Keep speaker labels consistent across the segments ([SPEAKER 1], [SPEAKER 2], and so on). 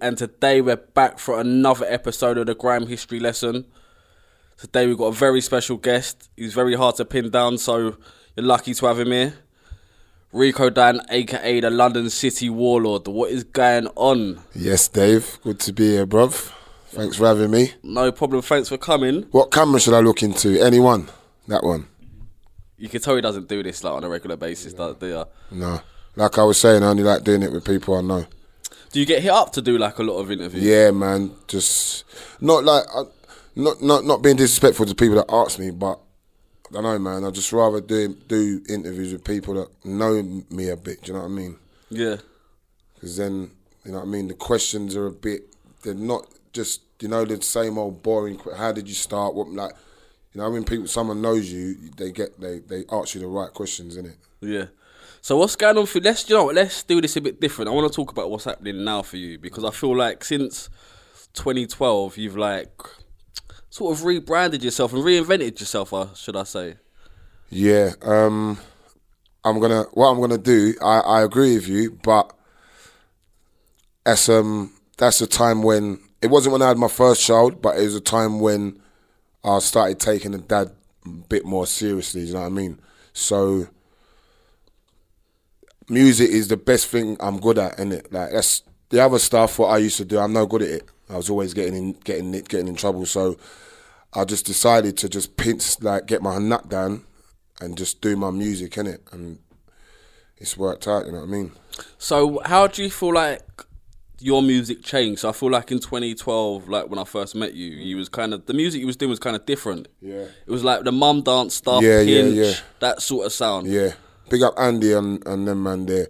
[SPEAKER 1] and today we're back for another episode of the Grime History Lesson. Today we've got a very special guest. He's very hard to pin down, so you're lucky to have him here. Rico Dan, aka the London City Warlord. What is going on?
[SPEAKER 2] Yes, Dave. Good to be here, bruv. Thanks for having me.
[SPEAKER 1] No problem. Thanks for coming.
[SPEAKER 2] What camera should I look into? Anyone? That one?
[SPEAKER 1] You can tell he doesn't do this like on a regular basis, do- do you?
[SPEAKER 2] No. Like I was saying, I only like doing it with people I know.
[SPEAKER 1] Do you get hit up to do like a lot of interviews?
[SPEAKER 2] Yeah, man. Just not like I- not not not being disrespectful to people that ask me, but I don't know, man. I just rather do do interviews with people that know me a bit. Do you know what I mean?
[SPEAKER 1] Yeah.
[SPEAKER 2] Because then you know what I mean. The questions are a bit. They're not just you know the same old boring. que- How did you start? What like you know? what I mean, people. Someone knows you. They get they they ask you the right questions, innit?
[SPEAKER 1] Yeah. So what's going on for let's you know what, let's do this a bit different. I want to talk about what's happening now for you because I feel like since 2012 you've like sort of rebranded yourself and reinvented yourself, uh, should I say?
[SPEAKER 2] Yeah. Um, I'm gonna. What I'm gonna do. I, I agree with you, but that's um that's a time when it wasn't when I had my first child, but it was a time when I started taking the dad a bit more seriously. You know what I mean? So music is the best thing I'm good at, in it. Like that's the other stuff. What I used to do, I'm no good at it. I was always getting in, getting it, getting in trouble. So I just decided to just pinch, like, get my nut down and just do my music in it, and it's worked out. You know what I mean?
[SPEAKER 1] So how do you feel like your music changed? So I feel like in 2012, like when I first met you, you was kind of the music you was doing was kind of different.
[SPEAKER 2] Yeah.
[SPEAKER 1] It was like the mum dance stuff,
[SPEAKER 2] Yeah, yeah,
[SPEAKER 1] hinge,
[SPEAKER 2] yeah.
[SPEAKER 1] that sort of sound.
[SPEAKER 2] Yeah. Big up Andy and, and them man there.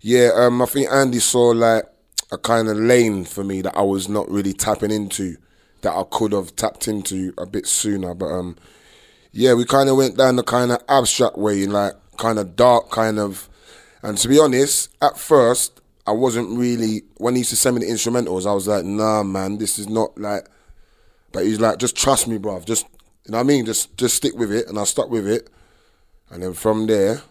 [SPEAKER 2] Yeah, um, I think Andy saw like a kind of lane for me that I was not really tapping into that I could have tapped into a bit sooner. But um yeah, we kind of went down the kind of abstract way, like kind of dark, kind of. And to be honest, at first, I wasn't really. When he used to send me the instrumentals, I was like, nah, man, this is not like. But he's like, just trust me, bruv. Just, you know what I mean? Just, just stick with it. And I stuck with it. And then from there,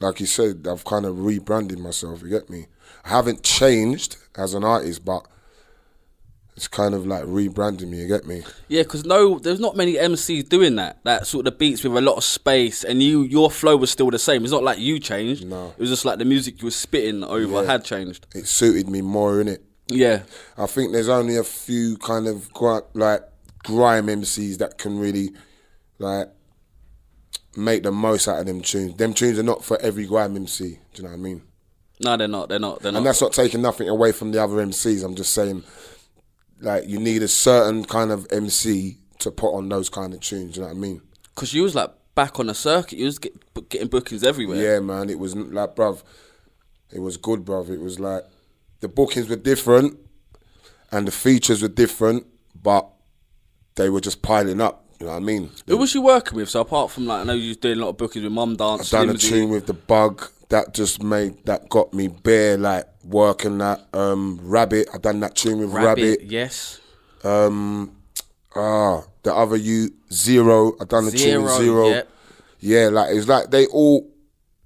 [SPEAKER 2] like you said, I've kind of rebranded myself. You get me? I haven't changed as an artist, but it's kind of like rebranding me. You get me?
[SPEAKER 1] Yeah, because no, there's not many MCs doing that. That sort of beats with a lot of space, and you, your flow was still the same. It's not like you changed.
[SPEAKER 2] No.
[SPEAKER 1] it was just like the music you were spitting over had changed.
[SPEAKER 2] It suited me more, innit?
[SPEAKER 1] Yeah,
[SPEAKER 2] I think there's only a few kind of gri- like grime MCs that can really like make the most out of them tunes. Them tunes are not for every grime MC. Do you know what I mean?
[SPEAKER 1] no, they're not. They're not. They're
[SPEAKER 2] And
[SPEAKER 1] not.
[SPEAKER 2] that's not taking nothing away from the other MCs. I'm just saying, like, you need a certain kind of MC to put on those kind of tunes. Do you know what I mean?
[SPEAKER 1] Because you was like back on the circuit. You was get, bu- getting bookings everywhere.
[SPEAKER 2] Yeah, man. It was n- like, bruv, it was good, bruv. It was like the bookings were different and the features were different, but they were just piling up. You know what I mean?
[SPEAKER 1] Who was you working with? So apart from like, I know you was doing a lot of bookings with Mum Dance.
[SPEAKER 2] done a
[SPEAKER 1] Slimzy.
[SPEAKER 2] tune with the bug that just made that got me bare like working that um rabbit. I done that tune with rabbit.
[SPEAKER 1] Rabbit. Yes.
[SPEAKER 2] Ah, the other you zero. I done the tune with
[SPEAKER 1] Zero,
[SPEAKER 2] zero.
[SPEAKER 1] yep.
[SPEAKER 2] Yeah, like it was like they all,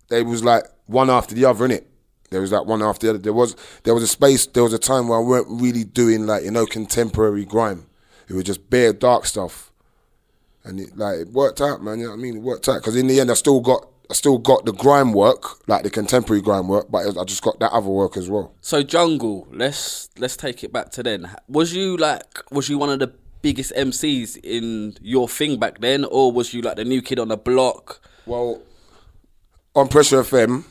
[SPEAKER 2] they was like one after the other in it. There was like one after the other. There was there was a space. There was a time where I weren't really doing like you know contemporary grime. It was just bare dark stuff, and it like it worked out, man. You know what I mean? It worked out because in the end, I still got I still got the grime work, like the contemporary grime work, but I just got that other work as well.
[SPEAKER 1] So jungle. Let's let's take it back to then. Was you like? Was you one of the biggest MCs in your thing back then, or was you like the new kid on the block?
[SPEAKER 2] Well, on Pressure FM,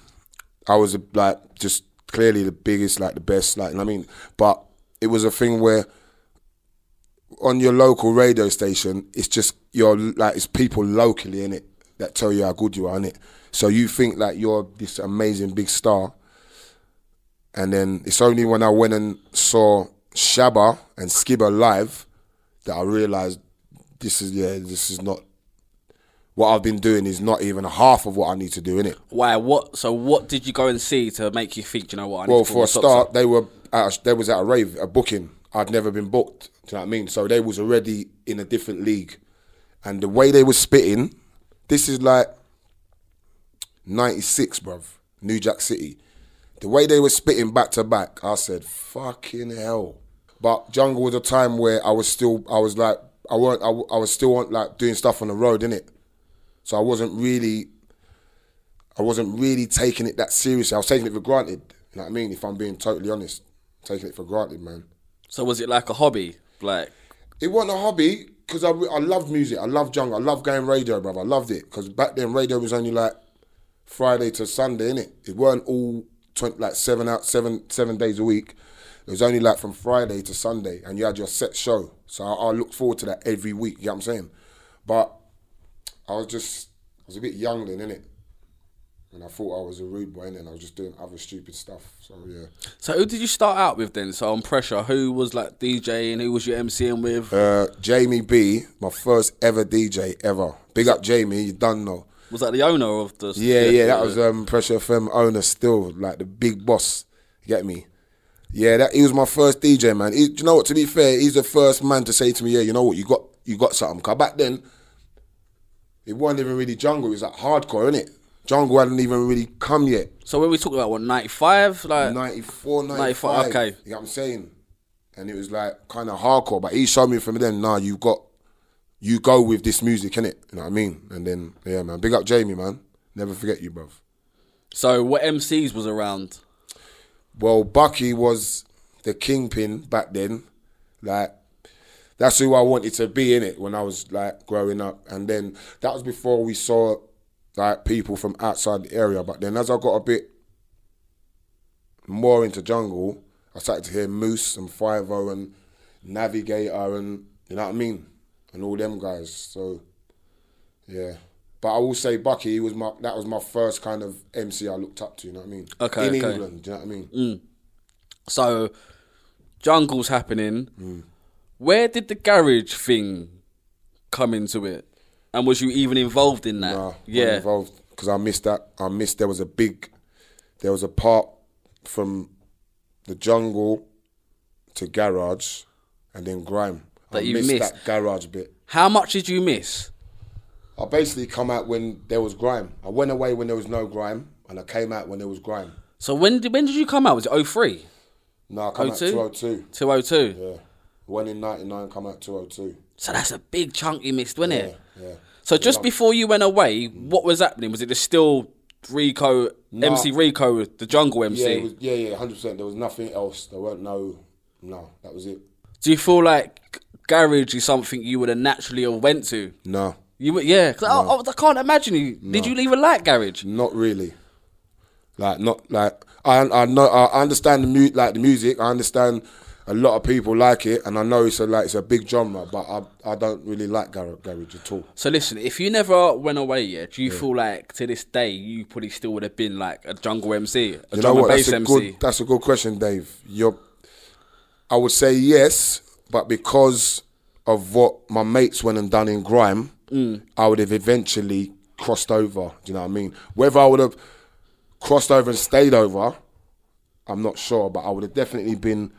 [SPEAKER 2] I was like just clearly the biggest, like the best, like you know what I mean. But it was a thing where on your local radio station, it's just your like it's people locally in it that tell you how good you are in it. So you think like you're this amazing big star, and then it's only when I went and saw Shabba and Skibber live that I realized this is yeah this is not what I've been doing is not even half of what I need to do in it.
[SPEAKER 1] Why? What? So what did you go and see to make you think? "Do You know what? I need
[SPEAKER 2] Well,
[SPEAKER 1] to
[SPEAKER 2] for a
[SPEAKER 1] pull my socks up?"
[SPEAKER 2] start, they were at a, they was at a rave, a booking. I'd never been booked. Do you know what I mean? So they was already in a different league, and the way they was spitting, this is like '96, bruv, New Jack City. The way they were spitting back to back, I said, "Fucking hell!" But Jungle was a time where I was still, I was like, I weren't, I, w- I was still on like doing stuff on the road, innit? So I wasn't really, I wasn't really taking it that seriously. I was taking it for granted. You know what I mean? If I'm being totally honest, taking it for granted, man.
[SPEAKER 1] So was it like a hobby? Like
[SPEAKER 2] It wasn't a hobby because I, re- I loved music. I loved jungle. I loved going radio, brother. I loved it because back then radio was only like Friday to Sunday, innit? It weren't all 20, like seven out seven seven days a week. It was only like from Friday to Sunday, and you had your set show. So I, I look forward to that every week. You know what I'm saying? But I was just I was a bit young then, innit? And I thought I was a rude boy, innit? and I was just doing other stupid stuff. So yeah.
[SPEAKER 1] So who did you start out with then? So on pressure, who was like DJing? Who was you MCing with?
[SPEAKER 2] Uh, Jamie B, my first ever DJ ever. Big up Jamie, you done know.
[SPEAKER 1] Was that the owner of the?
[SPEAKER 2] Yeah, yeah, that was um, Pressure FM owner still, like the big boss. You get me? Yeah, that he was my first DJ man. He, do you know what? To be fair, he's the first man to say to me, "Yeah, you know what? You got, you got something." Cause back then, it wasn't even really jungle. It was like hardcore, innit? Jungle hadn't even really come yet.
[SPEAKER 1] So when we talk about what ninety five, like
[SPEAKER 2] 94, 95.
[SPEAKER 1] 95, okay.
[SPEAKER 2] You know what I'm saying? And it was like kind of hardcore, but he showed me from then, nah, you got, you go with this music, innit? You know what I mean? And then, yeah, man, big up Jamie, man. Never forget you, bruv.
[SPEAKER 1] so what MCs was around?
[SPEAKER 2] Well, Bucky was the kingpin back then. Like, that's who I wanted to be in it when I was like growing up. And then that was before we saw like people from outside the area. But then as I got a bit more into jungle, I started to hear Moose and Five O and Navigator and you know what I mean? And all them guys. So yeah. But I will say Bucky he was my that was my first kind of MC I looked up to, you know what I mean?
[SPEAKER 1] Okay,
[SPEAKER 2] In
[SPEAKER 1] okay.
[SPEAKER 2] England, do you know what I mean?
[SPEAKER 1] So jungle's happening.
[SPEAKER 2] Mm.
[SPEAKER 1] Where did the garage thing come into it? And was you even involved in that?
[SPEAKER 2] Nah, wasn't
[SPEAKER 1] yeah.
[SPEAKER 2] involved because I missed that. I missed. There was a big, there was a part from the jungle to garage, and then grime. I
[SPEAKER 1] That you missed.
[SPEAKER 2] that garage bit.
[SPEAKER 1] How much did you miss?
[SPEAKER 2] I basically come out when there was grime. I went away when there was no grime, and I came out when there was grime.
[SPEAKER 1] So when did when did you come out? Was it 03?
[SPEAKER 2] No, I come out
[SPEAKER 1] 02?
[SPEAKER 2] 202.
[SPEAKER 1] 202?
[SPEAKER 2] Yeah, went in 99, come out 202.
[SPEAKER 1] So that's a big chunk you missed, wasn't it?
[SPEAKER 2] Yeah, yeah.
[SPEAKER 1] So just before you went away, what was happening? Was it just still Rico, MC Rico, the Jungle MC?
[SPEAKER 2] Yeah, it was, yeah, yeah, hundred percent. There was nothing else. There weren't no, no. That was it.
[SPEAKER 1] Do you feel like garage is something you would have naturally have went to?
[SPEAKER 2] No,
[SPEAKER 1] You would, yeah. 'Cause I, I, I can't imagine you. Did you even like garage?
[SPEAKER 2] Not really. Like not like I I know I understand the mu- like the music. I understand a lot of people like it, and I know it's a like it's a big genre, but I I don't really like garage, garage at all.
[SPEAKER 1] So listen, if you never went away yet, do you feel like to this day you probably still would have been like a jungle MC, a
[SPEAKER 2] You know
[SPEAKER 1] drum and
[SPEAKER 2] what?
[SPEAKER 1] bass
[SPEAKER 2] That's a
[SPEAKER 1] MC?
[SPEAKER 2] good that's a good question, Dave. You're, I would say yes, but because of what my mates went and done in grime,
[SPEAKER 1] Mm.
[SPEAKER 2] I would have eventually crossed over. Do you know what I mean? Whether I would have crossed over and stayed over, I'm not sure, but I would have definitely been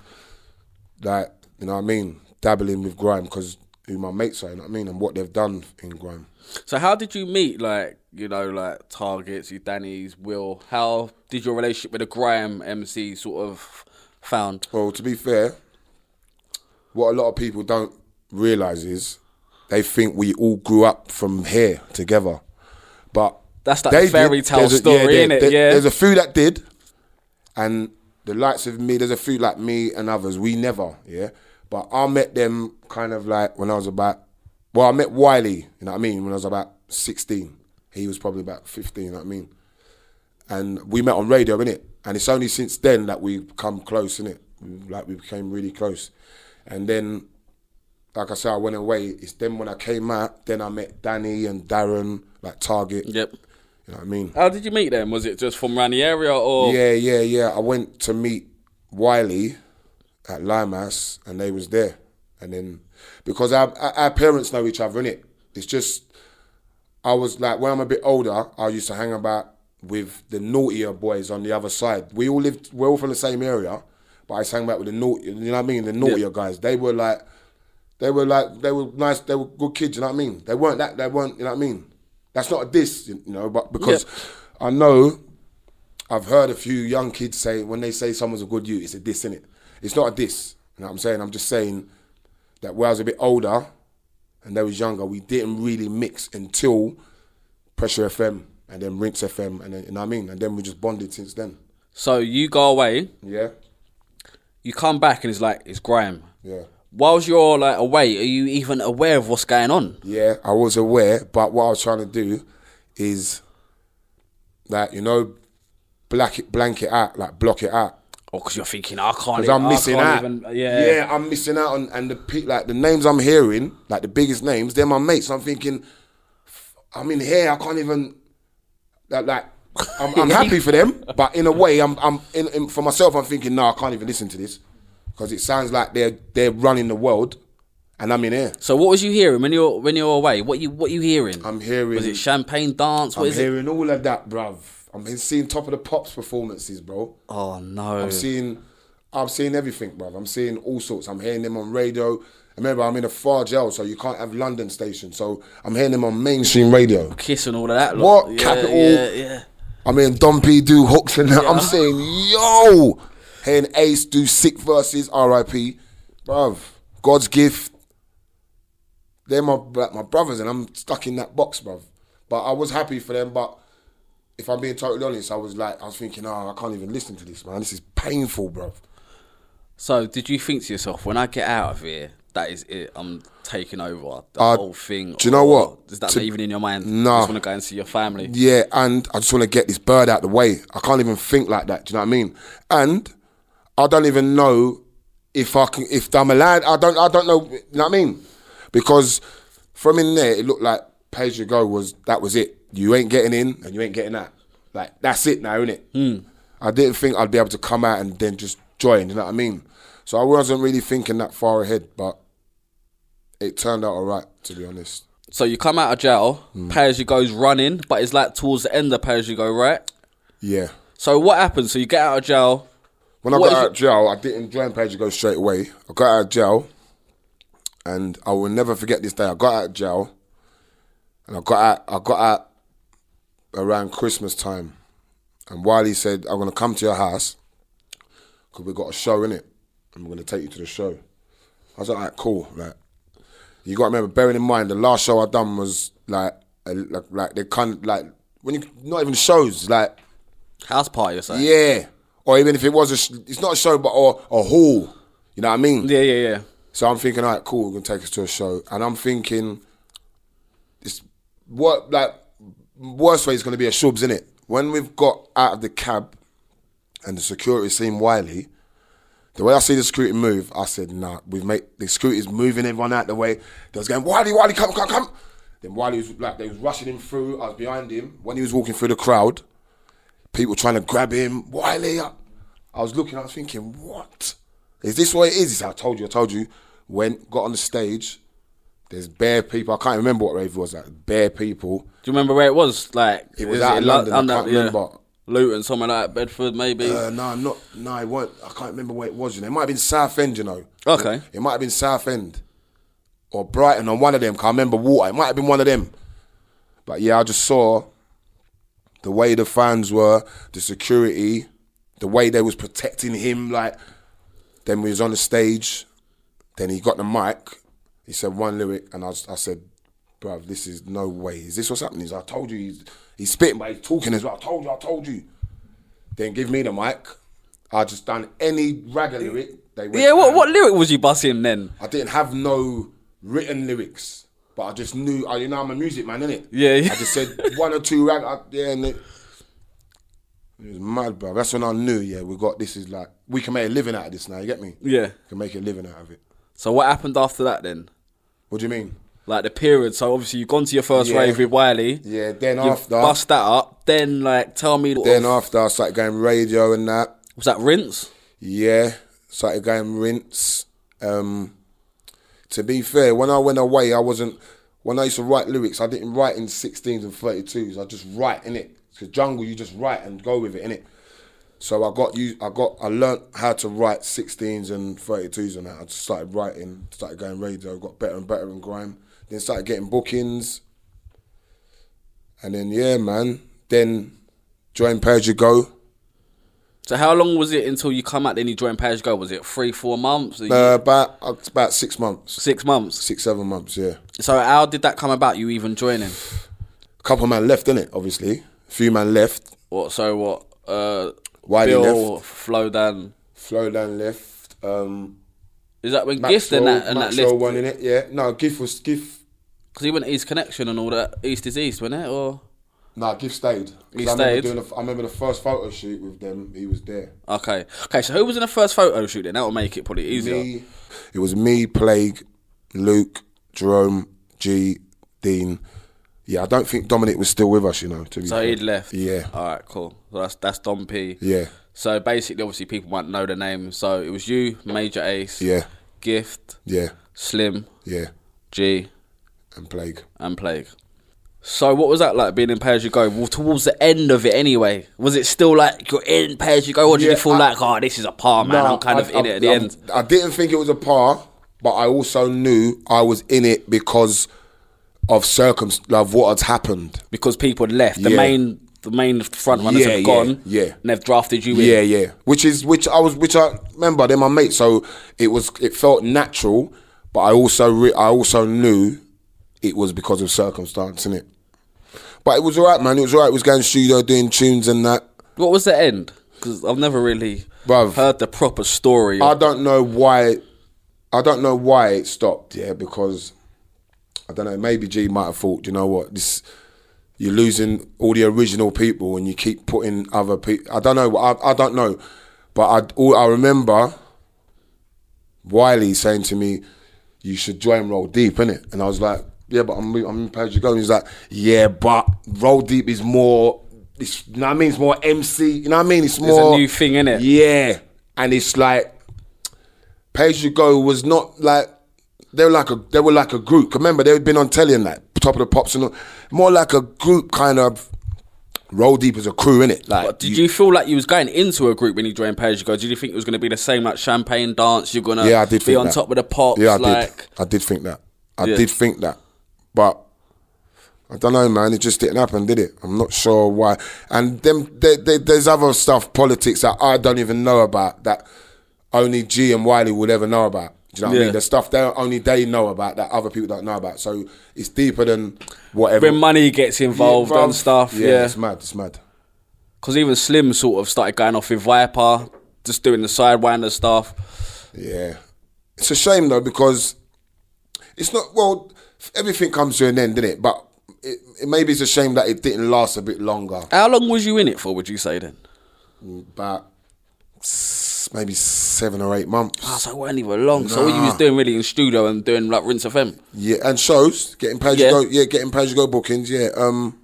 [SPEAKER 2] like, you know what I mean, dabbling with grime because who my mates are, you know what I mean, and what they've done in grime.
[SPEAKER 1] So how did you meet like you know like targets, you Danny's, Will? How did your relationship with the Graham MC sort of found?
[SPEAKER 2] Well, to be fair, what a lot of people don't realise is they think we all grew up from here together. But
[SPEAKER 1] That's like
[SPEAKER 2] they
[SPEAKER 1] the fairy
[SPEAKER 2] did.
[SPEAKER 1] tale
[SPEAKER 2] There's a-
[SPEAKER 1] story,
[SPEAKER 2] yeah, there-
[SPEAKER 1] innit?
[SPEAKER 2] there-
[SPEAKER 1] yeah.
[SPEAKER 2] There's a few that did, and the likes of me, there's a few like me and others, we never, yeah. But I met them kind of like when I was about, well, I met Wiley, you know what I mean, when I was about 16. He was probably about 15, you know what I mean? and we met on radio, innit? And it's only since then that we come close, innit? Like we became really close. And then, like I said, I went away. It's then when I came out, then I met Danny and Darren, like Target.
[SPEAKER 1] yep.
[SPEAKER 2] You know what I mean?
[SPEAKER 1] How did you meet them? Was it just from around the area or?
[SPEAKER 2] Yeah, yeah, yeah. I went to meet Wiley at Limehouse, and they was there. And then because our our our parents know each other, innit? It's just I was like when I'm a bit older, I used to hang about with the naughtier boys on the other side. We all lived we're all from the same area, but I used to hang about with the naughty you know what I mean, the naughtier guys. They were like they were like they were nice, they were good kids, you know what I mean? They weren't that they weren't you know what I mean? That's not a diss, you know, but because I know I've heard a few young kids say when they say someone's a good you, it's a diss, innit? It's not a diss. You know what I'm saying? I'm just saying that when I was a bit older and they was younger, we didn't really mix until Pressure FM and then Rinse FM and then you know what I mean? And then we just bonded since then.
[SPEAKER 1] So you go away,
[SPEAKER 2] Yeah?
[SPEAKER 1] you come back, and it's like it's grime.
[SPEAKER 2] Yeah.
[SPEAKER 1] Whilst you're like away, are you even aware of what's going on?
[SPEAKER 2] Yeah, I was aware, but what I was trying to do is that, you know, black it, blank it out, like block it out.
[SPEAKER 1] Or because Oh, you're thinking, I can't. uh,
[SPEAKER 2] Because I'm missing out.
[SPEAKER 1] yeah.
[SPEAKER 2] yeah, I'm missing out on and the pe- like the names I'm hearing, like the biggest names, they're my mates. I'm thinking, f- I'm in here. I can't even like. like I'm, I'm happy for them, but in a way, I'm I'm in, in, for myself. I'm thinking, no, I can't even listen to this because it sounds like they're they're running the world, and I'm in here.
[SPEAKER 1] So what was you hearing when you're when you're away? What you what you hearing?
[SPEAKER 2] I'm hearing.
[SPEAKER 1] Is it champagne dance? What
[SPEAKER 2] I'm
[SPEAKER 1] is it?
[SPEAKER 2] hearing all of that, bruv. I'm seeing top of the pops performances, bro.
[SPEAKER 1] Oh no.
[SPEAKER 2] I'm seeing, I'm seeing everything, bruv. I'm seeing all sorts. I'm hearing them on radio. Remember, I'm in a far jail, so you can't have London station. So I'm hearing them on mainstream radio.
[SPEAKER 1] Kiss and all of that.
[SPEAKER 2] What?
[SPEAKER 1] lot.
[SPEAKER 2] Capital?
[SPEAKER 1] Yeah, yeah.
[SPEAKER 2] I'm hearing Dom P do hooks and that. I'm saying, yo, hearing Ace do sick verses, R.I.P. Bruv, God's gift. They're my like, my brothers, and I'm stuck in that box, bruv. But I was happy for them. But if I'm being totally honest, I was like, I was thinking, oh, I can't even listen to this, man. This is painful, bruv.
[SPEAKER 1] So did you think to yourself, when I get out of here, that is it? I'm taking over the
[SPEAKER 2] Uh,
[SPEAKER 1] whole thing.
[SPEAKER 2] do you know
[SPEAKER 1] Or
[SPEAKER 2] what?
[SPEAKER 1] Is that
[SPEAKER 2] To-
[SPEAKER 1] even in your mind?
[SPEAKER 2] Nah.
[SPEAKER 1] You just want to go and see your family.
[SPEAKER 2] Yeah, and I just want to get this bird out the way. I can't even think like that. Do you know what I mean? And I don't even know if I can, if I'm allowed. I don't. I don't know. You know what I mean? Because from in there, it looked like pay as you go was that was it. You ain't getting in, and you ain't getting out. Like that's it now, innit? Mm. I didn't think I'd be able to come out and then just join. You know what I mean? So I wasn't really thinking that far ahead, but it turned out alright, to be honest.
[SPEAKER 1] So you come out of jail, pay as you go's running, but it's like towards the end of pay as you go, right?
[SPEAKER 2] Yeah.
[SPEAKER 1] So what happens? So you get out of jail.
[SPEAKER 2] When I
[SPEAKER 1] What
[SPEAKER 2] got
[SPEAKER 1] is
[SPEAKER 2] out
[SPEAKER 1] it-
[SPEAKER 2] of jail, I didn't join Page Go straight away. I got out of jail, and I will never forget this day. I got out of jail, and I got out. I got out around Christmas time, and Wiley said, "I'm gonna come to your house because we got a show in it, and we're gonna take you to the show." I was like, "Alright, cool." Like, you got to remember, bearing in mind, the last show I done was like, a, like, like they kind of like when you not even shows like
[SPEAKER 1] House party or something.
[SPEAKER 2] yeah. Or even if it was a, sh- it's not a show, but or a hall. You know what I mean?
[SPEAKER 1] Yeah, yeah, yeah.
[SPEAKER 2] So I'm thinking, all right, cool, we're gonna take us to a show, and I'm thinking, it's what like worst way is gonna be a shubs, innit? When we've got out of the cab, and the security seen Wiley, the way I see the security move, I said, nah, we've made the security's moving everyone out the way. They was going, Wiley, Wiley, come, come, come. Then Wiley was like, they was rushing him through. I was behind him when he was walking through the crowd. People trying to grab him, Wiley. I, I was looking, I was thinking, what? Is this what it is? He said, I told you, I told you. Went, got on the stage. There's bare people. I can't remember what rave it was. Like bare people.
[SPEAKER 1] Do you remember where it was? Like
[SPEAKER 2] It was
[SPEAKER 1] is
[SPEAKER 2] out in
[SPEAKER 1] Lo-
[SPEAKER 2] London, I
[SPEAKER 1] under-
[SPEAKER 2] can't remember.
[SPEAKER 1] Luton, somewhere like that, Bedford, maybe.
[SPEAKER 2] Uh, no, not. No, it weren't. I can't remember where it was. You know, it might have been Southend. You know.
[SPEAKER 1] Okay.
[SPEAKER 2] It might have been Southend or Brighton or one of them. 'cause I remember Water. It might have been one of them. But yeah, I just saw the way the fans were, the security, the way they was protecting him. Like then we was on the stage. Then he got the mic. He said one lyric, and I, was- I said, "Bruv, this is no way. Is this what's happening?" He's, I told you, he's, he's spitting, but he's talking as well. I told you, I told you." Then give me the mic. I just done any ragga lyric. They went
[SPEAKER 1] yeah. What
[SPEAKER 2] mad.
[SPEAKER 1] what lyric was you busting then?
[SPEAKER 2] I didn't have no written lyrics, but I just knew. I, you know, I'm a music man, innit?
[SPEAKER 1] Yeah, yeah.
[SPEAKER 2] I just said one or two rag up there, and it, it was mad, bro. That's when I knew. Yeah, we got this. Is like we can make a living out of this now. You get me?
[SPEAKER 1] Yeah.
[SPEAKER 2] We can make a living out of it.
[SPEAKER 1] So what happened after that then?
[SPEAKER 2] What do you mean?
[SPEAKER 1] Like the period. So obviously you've gone to your first
[SPEAKER 2] Yeah.
[SPEAKER 1] rave with Wiley.
[SPEAKER 2] Yeah. Then
[SPEAKER 1] You've
[SPEAKER 2] after,
[SPEAKER 1] bust that up. Then like tell me what
[SPEAKER 2] then after, I started going radio and that.
[SPEAKER 1] was that rinse?
[SPEAKER 2] Yeah, started going rinse. Um, to be fair, when I went away, I wasn't. When I used to write lyrics, I didn't write in 16s and 32s. I just write in it. Cause jungle, you just write and go with it in it. So I got you. I got. I learnt how to write 16s and 32s and that. I just started writing, started going radio, got better and better in grime. Then started getting bookings. And then yeah, man. Then joined Page You Go.
[SPEAKER 1] So how long was it until you come out? Then you joined Page Go. Was it three, four months? A
[SPEAKER 2] Uh,
[SPEAKER 1] year?
[SPEAKER 2] about about six months,
[SPEAKER 1] six months.
[SPEAKER 2] six seven months. Yeah,
[SPEAKER 1] So how did that come about? You even joining?
[SPEAKER 2] a couple man left, didn't it? Obviously, few man left.
[SPEAKER 1] What? So what? Uh,
[SPEAKER 2] Wiley
[SPEAKER 1] Bill, Flo, Dan.
[SPEAKER 2] Flodan left. Um,
[SPEAKER 1] Is that when Gift and
[SPEAKER 2] Maxwell,
[SPEAKER 1] that and that
[SPEAKER 2] Maxwell
[SPEAKER 1] list?
[SPEAKER 2] won in it. Yeah, no, Gift was Gift.
[SPEAKER 1] Because he went East Connection and all that. East is East, wasn't it? Or
[SPEAKER 2] Nah, Gift stayed. 'Cause
[SPEAKER 1] He
[SPEAKER 2] I Remember
[SPEAKER 1] stayed?
[SPEAKER 2] doing the, I remember the first photo shoot with them. He was there.
[SPEAKER 1] okay, okay. So who was in the first photo shoot? Then that will make it probably easier.
[SPEAKER 2] Me, it was me, Plague, Luke, Jerome, G, Dean. Yeah, I don't think Dominic was still with us. You know, to be
[SPEAKER 1] So
[SPEAKER 2] fair.
[SPEAKER 1] he'd left.
[SPEAKER 2] Yeah.
[SPEAKER 1] All right. Cool. So that's that's Dom P.
[SPEAKER 2] Yeah,
[SPEAKER 1] So basically, obviously, people might know the name. So it was you, Major Ace,
[SPEAKER 2] yeah,
[SPEAKER 1] Gift,
[SPEAKER 2] yeah,
[SPEAKER 1] Slim,
[SPEAKER 2] yeah,
[SPEAKER 1] G,
[SPEAKER 2] and Plague.
[SPEAKER 1] and Plague. So what was that like being in Pay As You Go? Well, towards the end of it, anyway, was it still like you're in Pay As You Go, or did
[SPEAKER 2] Yeah,
[SPEAKER 1] you feel
[SPEAKER 2] I-
[SPEAKER 1] like, oh, this is a par, man?
[SPEAKER 2] No,
[SPEAKER 1] I'm kind
[SPEAKER 2] I-
[SPEAKER 1] of in
[SPEAKER 2] I-
[SPEAKER 1] it at the
[SPEAKER 2] I'm-
[SPEAKER 1] end.
[SPEAKER 2] I didn't think it was a par, but I also knew I was in it because of circum of what had happened.
[SPEAKER 1] because people had left. The
[SPEAKER 2] Yeah.
[SPEAKER 1] main the main front runners
[SPEAKER 2] Yeah,
[SPEAKER 1] have
[SPEAKER 2] yeah,
[SPEAKER 1] gone.
[SPEAKER 2] yeah.
[SPEAKER 1] And they've drafted you in.
[SPEAKER 2] Yeah, yeah. Which is which I was which I remember they're my mates, so it was it felt natural, but I also re- I also knew it was because of circumstance, innit? But it was alright, man. It was alright. It was going studio doing tunes and that.
[SPEAKER 1] What was the end? Because I've never really
[SPEAKER 2] Bruv.
[SPEAKER 1] heard the proper story.
[SPEAKER 2] I don't know why. I don't know why it stopped. Yeah, because I don't know. Maybe G might have thought, you know what, this you're losing all the original people, and you keep putting other people. I don't know. I, I don't know, but I all I remember Wiley saying to me, "You should join Roll Deep, innit? And I was like, "Yeah, but I'm I'm in Page Go." And he's like, "Yeah, but Roll Deep is more." It's, you know what I mean? It's more MC. You know what I mean? It's
[SPEAKER 1] it's
[SPEAKER 2] more
[SPEAKER 1] a new thing, innit?
[SPEAKER 2] yeah, and it's like Page You Go was not like they were like a they were like a group. 'Cause Remember, they'd been on telly and like Top of the Pops and all, more like a group kind of. Roll Deep as a crew in it. Like,
[SPEAKER 1] But did you, feel like you was going into a group when you joined Page You Go? Did you think it was going to be the same like champagne dance? You're gonna
[SPEAKER 2] Yeah, I did
[SPEAKER 1] be
[SPEAKER 2] think
[SPEAKER 1] on
[SPEAKER 2] that.
[SPEAKER 1] top of the pops.
[SPEAKER 2] Yeah, I
[SPEAKER 1] like,
[SPEAKER 2] did. I did think that. I
[SPEAKER 1] Yeah.
[SPEAKER 2] did think that, but I don't know, man. It just didn't happen, did it? I'm not sure why. And them, there there- there's other stuff, politics that I don't even know about that only G and Wiley would ever know about. Do you know what I
[SPEAKER 1] Yeah.
[SPEAKER 2] mean? The stuff they only they know about that other people don't know about. So it's deeper than whatever.
[SPEAKER 1] When money gets involved
[SPEAKER 2] Yeah, bruv.
[SPEAKER 1] and stuff, yeah.
[SPEAKER 2] it's mad. It's mad.
[SPEAKER 1] Because even Slim sort of started going off with Viper, just doing the sidewinder stuff.
[SPEAKER 2] Yeah. It's a shame though because it's not well. Everything comes to an end, didn't it? But it, it maybe it's a shame that it didn't last a bit longer.
[SPEAKER 1] How long was you in it for? Would you say then?
[SPEAKER 2] About s- maybe seven or eight
[SPEAKER 1] Ah,
[SPEAKER 2] months.
[SPEAKER 1] so it weren't even long. So what you was doing really in studio and doing like Rinse FM.
[SPEAKER 2] Yeah, and shows getting paid
[SPEAKER 1] Yeah.
[SPEAKER 2] to go. Yeah, getting paid to go bookings. Yeah, um,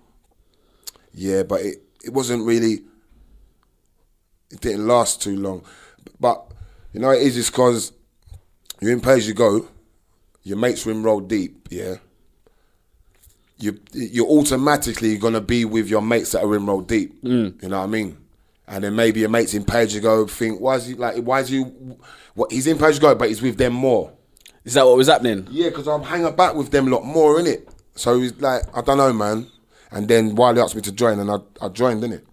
[SPEAKER 2] yeah, but it it wasn't really. It didn't last too long, but you know it is. It's because you're in pay as you go. Your mates are in roll deep. Yeah. you you're automatically gonna be with your mates that are in roll deep. You know what I mean? And then maybe your mates in Page Go think, why is he like? Why is he? What he's in Page Go, but he's with them more.
[SPEAKER 1] Is that what was happening?
[SPEAKER 2] Yeah, because I'm hanging back with them lot more in it. So it's like I don't know, man. And then Wiley asked me to join, and I I joined in it.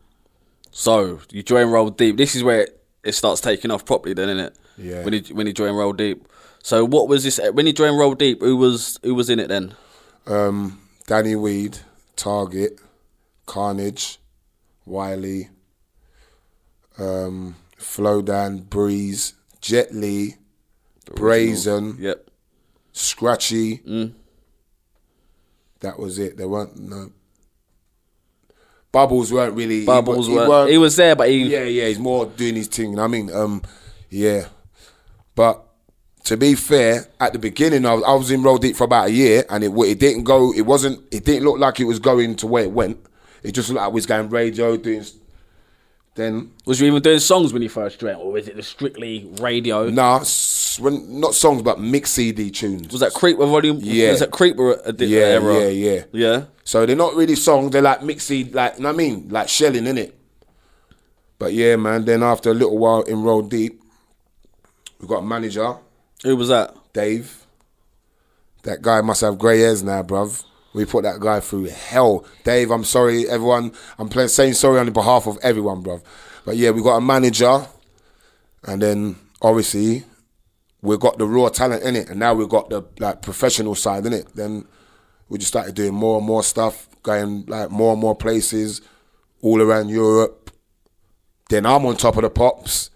[SPEAKER 1] So you join Roll Deep. This is where it, it starts taking off properly, then, isn't it?
[SPEAKER 2] Yeah.
[SPEAKER 1] When you when you join Roll Deep. So what was this? When you join Roll Deep, who was who was in it then?
[SPEAKER 2] Um, Danny Weed, Target, Carnage, Wiley, um, Flodan, Breeze, Jet Lee, Brazen,
[SPEAKER 1] Yep.
[SPEAKER 2] Scratchy. That was it. There weren't no. Bubbles weren't really. he wa-
[SPEAKER 1] Bubbles
[SPEAKER 2] he
[SPEAKER 1] were,
[SPEAKER 2] weren't-
[SPEAKER 1] he was there, but he
[SPEAKER 2] Yeah, yeah, he's more doing his thing. You know what I mean, um, yeah. But to be fair, at the beginning, I was, I was in Roll Deep for about a year, and it wa- it didn't go. It wasn't. It didn't look like it was going to where it went. It just looked like we was going radio doing. s- Then
[SPEAKER 1] was you even doing songs when you first joined, or was it the strictly radio?
[SPEAKER 2] nah, s- when, not songs but mix CD tunes.
[SPEAKER 1] Was that Creeper volume?
[SPEAKER 2] Yeah.
[SPEAKER 1] Was that Creeper a
[SPEAKER 2] yeah,
[SPEAKER 1] era?
[SPEAKER 2] yeah, yeah.
[SPEAKER 1] Yeah.
[SPEAKER 2] So they're not really songs. They're like mixy, like you know what I mean, like shelling in it. But yeah, man. Then after a little while in Roll Deep, we got a manager.
[SPEAKER 1] Who was that?
[SPEAKER 2] Dave. That guy must have grey hairs now, bruv. We put that guy through hell. Dave, I'm sorry, everyone. I'm playing, saying sorry on behalf of everyone, bruv. But yeah, we got a manager, and then obviously we got the raw talent in it, and now we got the like professional side in it. Then we just started doing more and more stuff, going like more and more places all around Europe. Then I'm on top of the pops,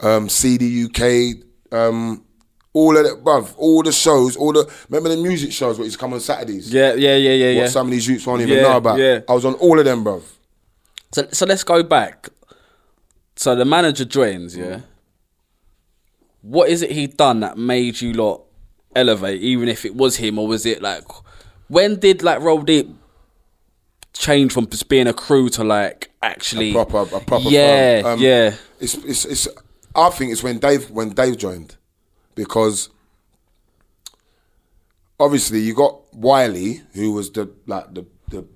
[SPEAKER 2] um, CD UK, um, all of that, bruv, all the shows, all the remember the music shows where used to come on Saturdays.
[SPEAKER 1] Yeah, yeah, yeah, yeah, yeah.
[SPEAKER 2] What some of these youths won't even
[SPEAKER 1] Yeah,
[SPEAKER 2] know about.
[SPEAKER 1] yeah.
[SPEAKER 2] I was on all of them, bruv.
[SPEAKER 1] So, so let's go back. So the manager joins,
[SPEAKER 2] Mm.
[SPEAKER 1] yeah. What is it he done that made you lot elevate? Even if it was him, or was it like when did like Roll Deep change from just being a crew to like actually
[SPEAKER 2] proper, a proper.
[SPEAKER 1] yeah,
[SPEAKER 2] firm. Um,
[SPEAKER 1] yeah,
[SPEAKER 2] It's, it's, it's. I think it's when Dave, when Dave joined, because obviously you got Wiley, who was the like the the.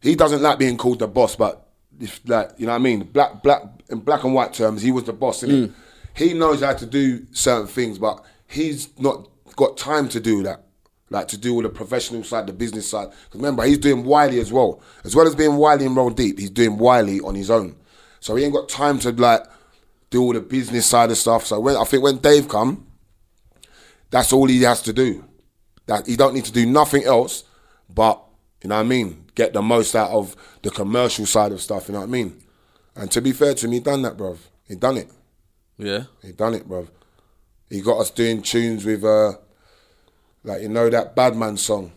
[SPEAKER 2] He doesn't like being called the boss, but if like you know what I mean, black black in black and white terms, he was the boss. innit? He knows how to do certain things, but he's not got time to do that. Like to do all the professional side, the business side. 'Cause remember, he's doing Wiley as well, as well as being Wiley and Roll Deep. He's doing Wiley on his own, so he ain't got time to like do all the business side of stuff. So when I think when Dave come, that's all he has to do. That he don't need to do nothing else, but you know what I mean. Get the most out of the commercial side of stuff. You know what I mean. And to be fair to him, he done that, bruv. He done it.
[SPEAKER 1] yeah.
[SPEAKER 2] He done it, bruv. He got us doing tunes with, uh, like you know that Badman song.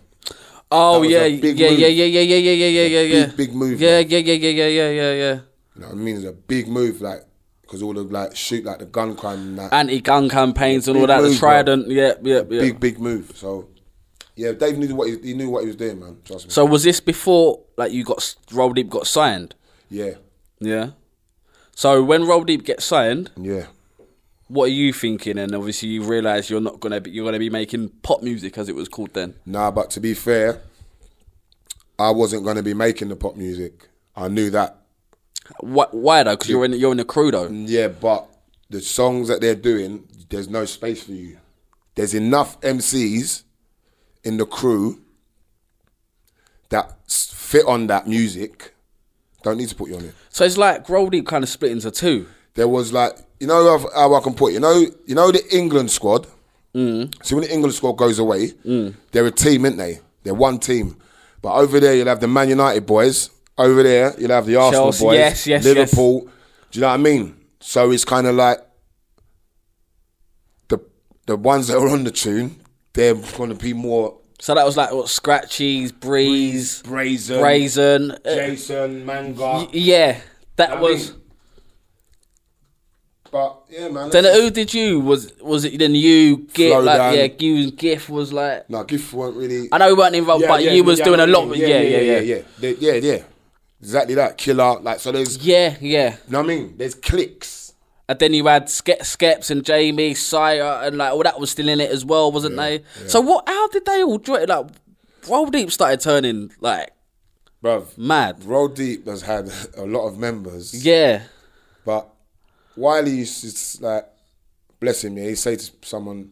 [SPEAKER 1] Oh
[SPEAKER 2] was a
[SPEAKER 1] yeah,
[SPEAKER 2] big
[SPEAKER 1] yeah,
[SPEAKER 2] move.
[SPEAKER 1] yeah, yeah, yeah, yeah, yeah, yeah, yeah, yeah, yeah.
[SPEAKER 2] big, big move,
[SPEAKER 1] Yeah, yeah, yeah, yeah, yeah, yeah, yeah, yeah.
[SPEAKER 2] You know what I mean? It's a big move, like because all the like shoot like the gun crime and that.
[SPEAKER 1] Anti-gun campaigns and all
[SPEAKER 2] Big
[SPEAKER 1] that. The
[SPEAKER 2] move, bro.
[SPEAKER 1] Trident, yeah, yeah, Ah, yeah.
[SPEAKER 2] Big big move. So yeah, Dave knew what he, he knew what he was doing, man. Trust me.
[SPEAKER 1] So was this before like you got s- Roll Deep got signed?
[SPEAKER 2] yeah,
[SPEAKER 1] Yeah. So when Roll Deep gets signed,
[SPEAKER 2] yeah.
[SPEAKER 1] what are you thinking? And obviously you realise you're not gonna be you're gonna be making pop music as it was called then.
[SPEAKER 2] Nah, but to be fair, I wasn't gonna be making the pop music. I knew that.
[SPEAKER 1] Why, why though? Because you're in you're in the crew though.
[SPEAKER 2] Yeah, but the songs that they're doing, there's no space for you. There's enough MCs in the crew that s- fit on that music. Don't need to put you on it.
[SPEAKER 1] So it's like Roll Deep kind of split into two.
[SPEAKER 2] there was like you know how, how I can put it. You know, you know the England squad. Mm. So when the England squad goes away,
[SPEAKER 1] Mm.
[SPEAKER 2] they're a team, aren't they? They're one team. But over there, you'll have the Man United boys. Over there, you'll have the Arsenal
[SPEAKER 1] Chelsea,
[SPEAKER 2] boys.
[SPEAKER 1] yes, yes, yes.
[SPEAKER 2] Liverpool. Do you know what I mean? So it's kind of like the the ones that are on the tune. They're going to be more
[SPEAKER 1] So that was like what Scratchies, Breeze,
[SPEAKER 2] brazen,
[SPEAKER 1] Brazen. uh,
[SPEAKER 2] Jason, Manga.
[SPEAKER 1] yeah, that was.
[SPEAKER 2] But yeah, man.
[SPEAKER 1] Then
[SPEAKER 2] that's-
[SPEAKER 1] who did you was was it? Then you Gif
[SPEAKER 2] Flo
[SPEAKER 1] like
[SPEAKER 2] Dan.
[SPEAKER 1] yeah, you and Gif was like.
[SPEAKER 2] no, Giff weren't really.
[SPEAKER 1] I know we weren't involved, but you was doing a lot. with- Yeah, yeah, yeah, yeah,
[SPEAKER 2] yeah, yeah, yeah, yeah, yeah. Exactly that killer. Like so, there's you
[SPEAKER 1] yeah, yeah.
[SPEAKER 2] know what I mean. There's clicks.
[SPEAKER 1] And then you had Ske- Skeps and Jamie, Sire, and like all that was still in it as well, wasn't they? So what? How did they all join? Like, Roll Deep started turning like
[SPEAKER 2] Bruv,
[SPEAKER 1] mad.
[SPEAKER 2] Roll Deep has had a lot of members,
[SPEAKER 1] Yeah,
[SPEAKER 2] but Wiley used to s- like, bless him, yeah, he'd say to someone,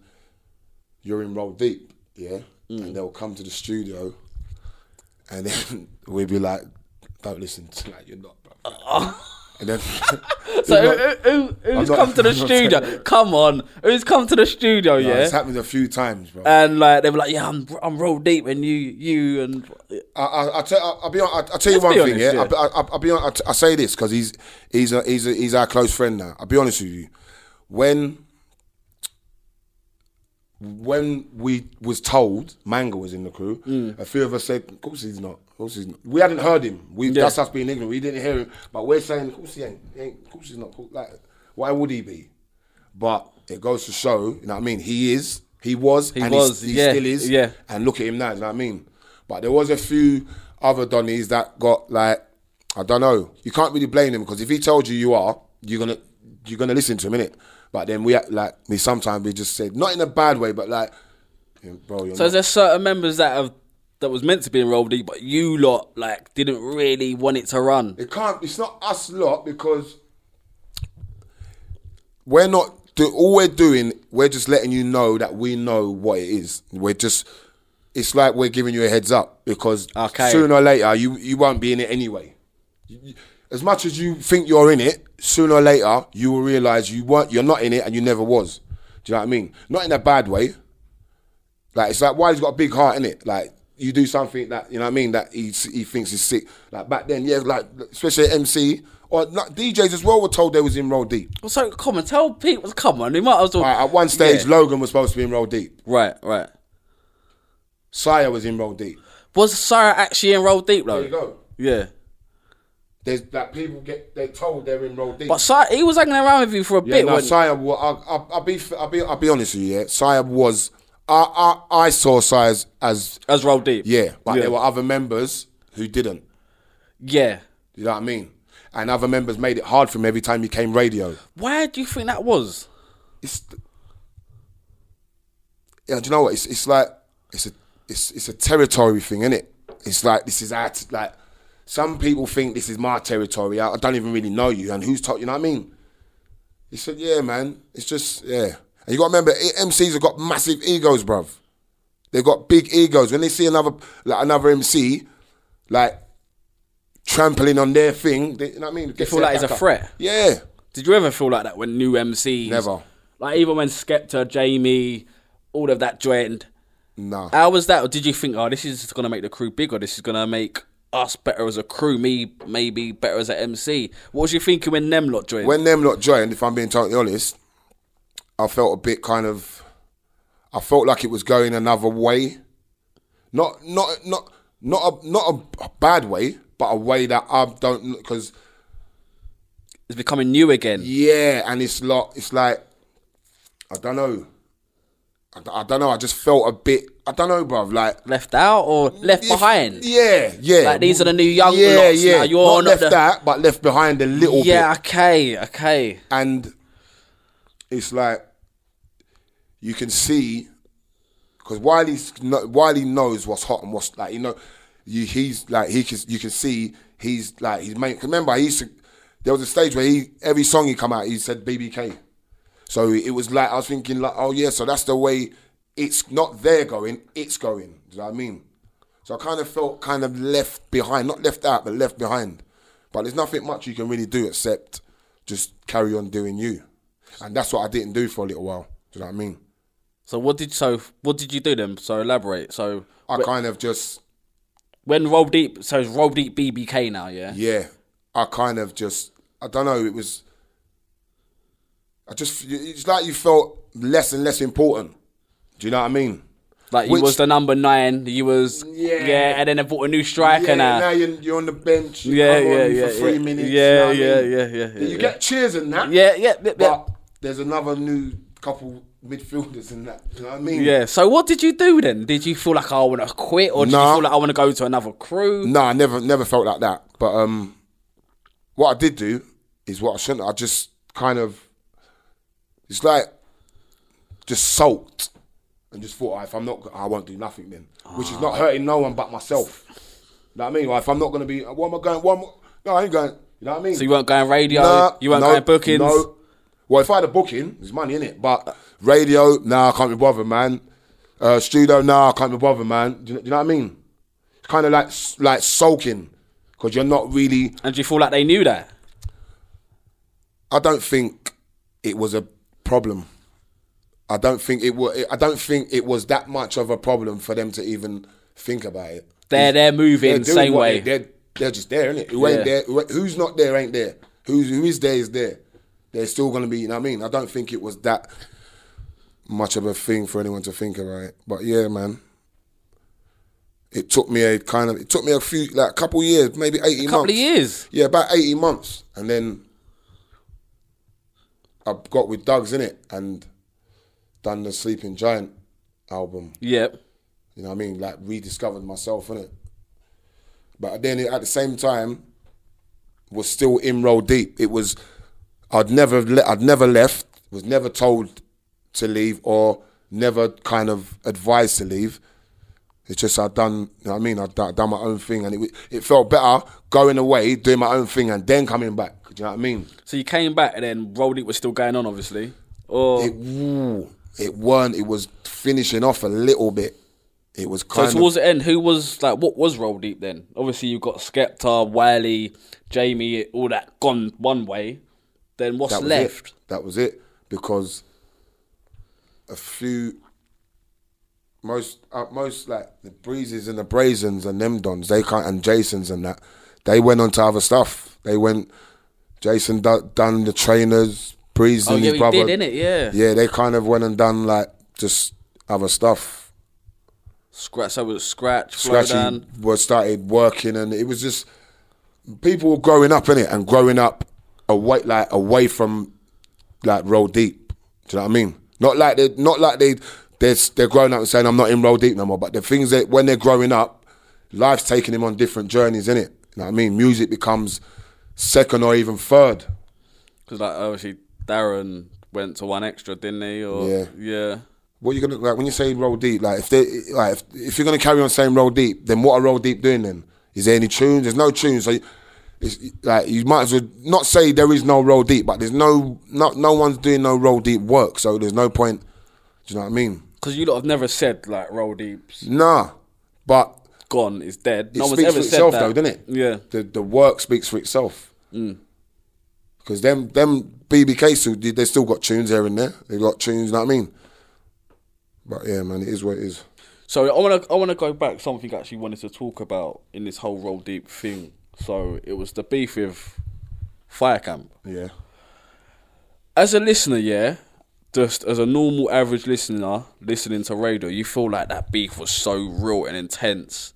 [SPEAKER 2] "You're in Roll Deep," yeah,
[SPEAKER 1] Mm.
[SPEAKER 2] and they'll come to the studio, and then we'd be like, "Don't listen to like you're not." Bruv. and then
[SPEAKER 1] So who, who, who's
[SPEAKER 2] not-
[SPEAKER 1] come to the
[SPEAKER 2] I'm not
[SPEAKER 1] studio? Come on, who's come to the studio?
[SPEAKER 2] it's
[SPEAKER 1] yeah,
[SPEAKER 2] happened a few times, bro.
[SPEAKER 1] and like they were like, yeah, I'm I'm roll deep, and you you and
[SPEAKER 2] I, I, I tell, I, I'll be. hon- I, I'll tell you
[SPEAKER 1] Let's
[SPEAKER 2] one
[SPEAKER 1] be
[SPEAKER 2] thing.
[SPEAKER 1] honest,
[SPEAKER 2] yeah,
[SPEAKER 1] yeah.
[SPEAKER 2] I, I, I'll be. hon- I, t- I say this because he's he's a, he's a, he's our close friend now. I'll be honest with you. When when we was told Manga was in the crew,
[SPEAKER 1] Mm.
[SPEAKER 2] a few of us said, "Of course he's not. Of course he's not." We hadn't heard him. We that's us being ignorant. We didn't hear him, but we're saying, "Of course he ain't. He ain't of course he's not. Like, why would he be?" But it goes to show, you know what I mean? He is. He was. He and he's-
[SPEAKER 1] was,
[SPEAKER 2] He
[SPEAKER 1] yeah,
[SPEAKER 2] still is
[SPEAKER 1] yeah.
[SPEAKER 2] and look at him now. You know what I mean? But there was a few other Donnies that got like I don't know. You can't really blame him because if he told you you are, you're gonna you're gonna listen to him, innit? But then we act like we sometimes we just said not in a bad way, but like, yeah, bro, you're
[SPEAKER 1] so
[SPEAKER 2] not.
[SPEAKER 1] there's certain members that have that was meant to be in roll deep, but you lot like didn't really want it to run.
[SPEAKER 2] It can't. It's not us lot because we're not. Do, all we're doing, we're just letting you know that we know what it is. We're just. It's like we're giving you a heads up because
[SPEAKER 1] Okay.
[SPEAKER 2] sooner or later you you won't be in it anyway. You- you- as much as you think you're in it, sooner or later you will realize you weren't, you're not in it, and you never was. Do you know what I mean? Not in a bad way. Like it's like why he's got a big heart in it. Like you do something that you know what I mean that he he thinks is sick. Like back then, yeah, like especially MC or like, DJs as well were told they was in roll deep.
[SPEAKER 1] So come on, tell people. Come on, he might as well.
[SPEAKER 2] Like, at one stage,
[SPEAKER 1] Yeah.
[SPEAKER 2] Logan was supposed to be in roll deep.
[SPEAKER 1] Right, right.
[SPEAKER 2] Sire was in roll deep.
[SPEAKER 1] Was Sarah actually in Roll Deep though?
[SPEAKER 2] There you go.
[SPEAKER 1] Yeah,
[SPEAKER 2] There's like people get they told they're in roll deep.
[SPEAKER 1] but Sarah, he was hanging around with you for a
[SPEAKER 2] Yeah,
[SPEAKER 1] bit.
[SPEAKER 2] no,
[SPEAKER 1] wasn't he?
[SPEAKER 2] Saya. wa- I'll, I'll, I'll be. I'll be. I'll be honest with you. Yeah, Saya was. I. I. I saw Saya as, as.
[SPEAKER 1] As Roll Deep.
[SPEAKER 2] Yeah, but
[SPEAKER 1] Yeah.
[SPEAKER 2] there were other members who didn't.
[SPEAKER 1] Yeah.
[SPEAKER 2] You know what I mean? And other members made it hard for him every time he came radio.
[SPEAKER 1] Why do you think that was?
[SPEAKER 2] It's. Yeah, do you know what? It's. It's like. It's a. It's. It's a territory thing, is it? It's like this is our. t- Like, some people think this is my territory. I, I don't even really know you, and who's talking? You know what I mean? He said, "Yeah, man. It's just yeah." And you got to remember, i- MCs have got massive egos, bruv. They've got big egos. When they see another like another MC, like trampling on their thing, they, you know what I mean? They
[SPEAKER 1] feel like it's a threat.
[SPEAKER 2] Yeah,
[SPEAKER 1] Did you ever feel like that when new MCs?
[SPEAKER 2] Never.
[SPEAKER 1] Like even when Skepta, Jamie, all of that joined.
[SPEAKER 2] nah.
[SPEAKER 1] How was that? Or did you think, oh, this is gonna make the crew bigger? This is gonna make us better as a crew. Me maybe better as a MC. What was you thinking when them lot joined?
[SPEAKER 2] When them lot joined, if I'm being totally honest, I felt a bit kind of, I felt like it was going another way, not not not not a not a bad way, but a way that I don't because
[SPEAKER 1] it's becoming new again.
[SPEAKER 2] Yeah, and it's lot. It's like I don't know. I, d- I don't know. I just felt a bit. I don't know, bruv. Like
[SPEAKER 1] Left out or left
[SPEAKER 2] if-
[SPEAKER 1] behind?
[SPEAKER 2] Yeah, yeah.
[SPEAKER 1] Like, these are the new young
[SPEAKER 2] Yeah,
[SPEAKER 1] lots
[SPEAKER 2] yeah.
[SPEAKER 1] now, you're
[SPEAKER 2] not
[SPEAKER 1] not
[SPEAKER 2] left
[SPEAKER 1] the-
[SPEAKER 2] out, but left behind a little bit
[SPEAKER 1] Yeah. Okay. Okay.
[SPEAKER 2] and it's like you can see because Wiley's kno- Wiley knows what's hot and what's like you know you he's like he can you can see he's like he's making remember he used to there was a stage where he every song he come out he said BBK so it was like I was thinking like oh yeah so that's the way it's not there going it's going do you know what I mean so I kind of felt kind of left behind not left out but left behind but there's nothing much you can really do except just carry on doing you. And that's what I didn't do for a little while. Do you know what I mean?
[SPEAKER 1] So what did so what did you do then? So elaborate. So
[SPEAKER 2] I kind of just,
[SPEAKER 1] when Roll Deep, so it's Roll Deep BBK now, yeah.
[SPEAKER 2] yeah, I kind of just, I don't know, it was, I just, it's like you felt less and less important. Do you know what I mean?
[SPEAKER 1] Like you
[SPEAKER 2] Which-
[SPEAKER 1] was the number nine, you was
[SPEAKER 2] Yeah.
[SPEAKER 1] yeah, and then they brought a new striker
[SPEAKER 2] yeah,
[SPEAKER 1] now.
[SPEAKER 2] now you're, you're on the bench. you
[SPEAKER 1] uh, Yeah,
[SPEAKER 2] come
[SPEAKER 1] yeah,
[SPEAKER 2] on
[SPEAKER 1] yeah,
[SPEAKER 2] For three
[SPEAKER 1] yeah.
[SPEAKER 2] minutes.
[SPEAKER 1] Yeah,
[SPEAKER 2] you know what I
[SPEAKER 1] yeah,
[SPEAKER 2] mean?
[SPEAKER 1] yeah, yeah, yeah,
[SPEAKER 2] You
[SPEAKER 1] yeah.
[SPEAKER 2] get cheers and that.
[SPEAKER 1] yeah, yeah, yeah, yeah.
[SPEAKER 2] But there's another new couple midfielders in that. You know what I mean?
[SPEAKER 1] yeah. So what did you do then? Did you feel like oh, I want to quit, or did
[SPEAKER 2] Nah.
[SPEAKER 1] you feel like I want to go to another crew?
[SPEAKER 2] No, I never never felt like that. But um, what I did do is what I shouldn't. I just kind of, it's like, just sulked and just thought, "Ah, if I'm not, I won't do nothing then, which
[SPEAKER 1] Ah.
[SPEAKER 2] is not hurting no one but myself. You know what I mean? Like, if I'm not gonna be, what am I going? What am I, no, I ain't going. You know what I mean?
[SPEAKER 1] So you weren't going radio,
[SPEAKER 2] Nah,
[SPEAKER 1] you weren't
[SPEAKER 2] no,
[SPEAKER 1] going bookings.
[SPEAKER 2] No. Well, if I had a booking, there's money in it. But radio, nah, I can't be bothered, man. Uh, studio, nah, I can't be bothered, man. Do you, do you know what I mean? It's kind of like s- like sulking because you're not really.
[SPEAKER 1] And do you feel like they knew that?
[SPEAKER 2] I don't think it was a problem. I don't think it was. I don't think it was that much of a problem for them to even think about it.
[SPEAKER 1] They're they're moving
[SPEAKER 2] doing
[SPEAKER 1] same
[SPEAKER 2] what
[SPEAKER 1] way.
[SPEAKER 2] They, are they're just there, innit? Who ain't
[SPEAKER 1] Yeah.
[SPEAKER 2] there? who- Who's not there ain't there. Who's who is there is there. They're still gonna be. You know what I mean? I don't think it was that much of a thing for anyone to think about it. But yeah, man. It took me a kind of. It took me a few, like a couple years, maybe eighteen
[SPEAKER 1] couple
[SPEAKER 2] months.
[SPEAKER 1] of years.
[SPEAKER 2] Yeah, about eighteen months, and then I got with Doug's in it and done the Sleeping Giant album.
[SPEAKER 1] Yep.
[SPEAKER 2] You know what I mean? Like rediscovered myself in it. But then at the same time, was still in roll deep. It was I'd never le- I'd never left, was never told to leave or never kind of advised to leave. It's just I'd done, you know what I mean? I'd done, done my own thing and it w- it felt better going away, doing my own thing and then coming back. Do you know what I mean?
[SPEAKER 1] So you came back, and then Roll Deep was still going on, obviously. Or
[SPEAKER 2] It, ooh, it weren't, it was finishing off a little bit. It was
[SPEAKER 1] So
[SPEAKER 2] kind of
[SPEAKER 1] towards the end, who was like what was roll deep then? Obviously you've got Skepta, Wiley, Jamie, all that gone one way. Then what's
[SPEAKER 2] that was
[SPEAKER 1] left?
[SPEAKER 2] It. That was it because a few most uh, most like the breezes and the brazens and them dons they can't and Jasons and that they went on to other stuff. They went Jason d- done the trainers, Breeze
[SPEAKER 1] Oh
[SPEAKER 2] and
[SPEAKER 1] yeah,
[SPEAKER 2] his
[SPEAKER 1] he
[SPEAKER 2] brother.
[SPEAKER 1] did, innit? Yeah.
[SPEAKER 2] Yeah, they kind of went and done like just other stuff.
[SPEAKER 1] Scratch so it was scratch, flow
[SPEAKER 2] Scratchy
[SPEAKER 1] down.
[SPEAKER 2] was started working, and it was just people were growing up in it and growing up away, like away from like roll deep. Do you know what I mean? Not like they, not like they, they're they're growing up and saying I'm not in roll deep no more. But the things that when they're growing up, life's taking them on different journeys, innit? You know what I mean? Music becomes second or even third.
[SPEAKER 1] Because like obviously Darren went to one extra, didn't he? Or
[SPEAKER 2] Yeah.
[SPEAKER 1] yeah.
[SPEAKER 2] What you gonna like when you say roll deep? Like if they like if, if you're gonna carry on saying roll deep, then what are roll deep doing then? Is there any tunes? There's no tunes. So you- it's like you might as well not say there is no roll deep, but there's no not no one's doing no roll deep work. So there's no point. Do you know what I mean?
[SPEAKER 1] Because you lot have never said like roll deep's
[SPEAKER 2] Nah, but
[SPEAKER 1] gone is dead.
[SPEAKER 2] it
[SPEAKER 1] no one's
[SPEAKER 2] speaks
[SPEAKER 1] ever
[SPEAKER 2] for
[SPEAKER 1] said
[SPEAKER 2] itself
[SPEAKER 1] that.
[SPEAKER 2] though, doesn't it?
[SPEAKER 1] Yeah.
[SPEAKER 2] The the work speaks for itself. Because them them BBK still they still got tunes here and there. They got tunes. You know what I mean? But yeah, man, it is what it is.
[SPEAKER 1] So I want to I want to go back something I actually wanted to talk about in this whole roll deep thing. So it was the beef with Firecamp.
[SPEAKER 2] Yeah.
[SPEAKER 1] As a listener, yeah, just as a normal average listener listening to radio, you feel like that beef was so real and intense.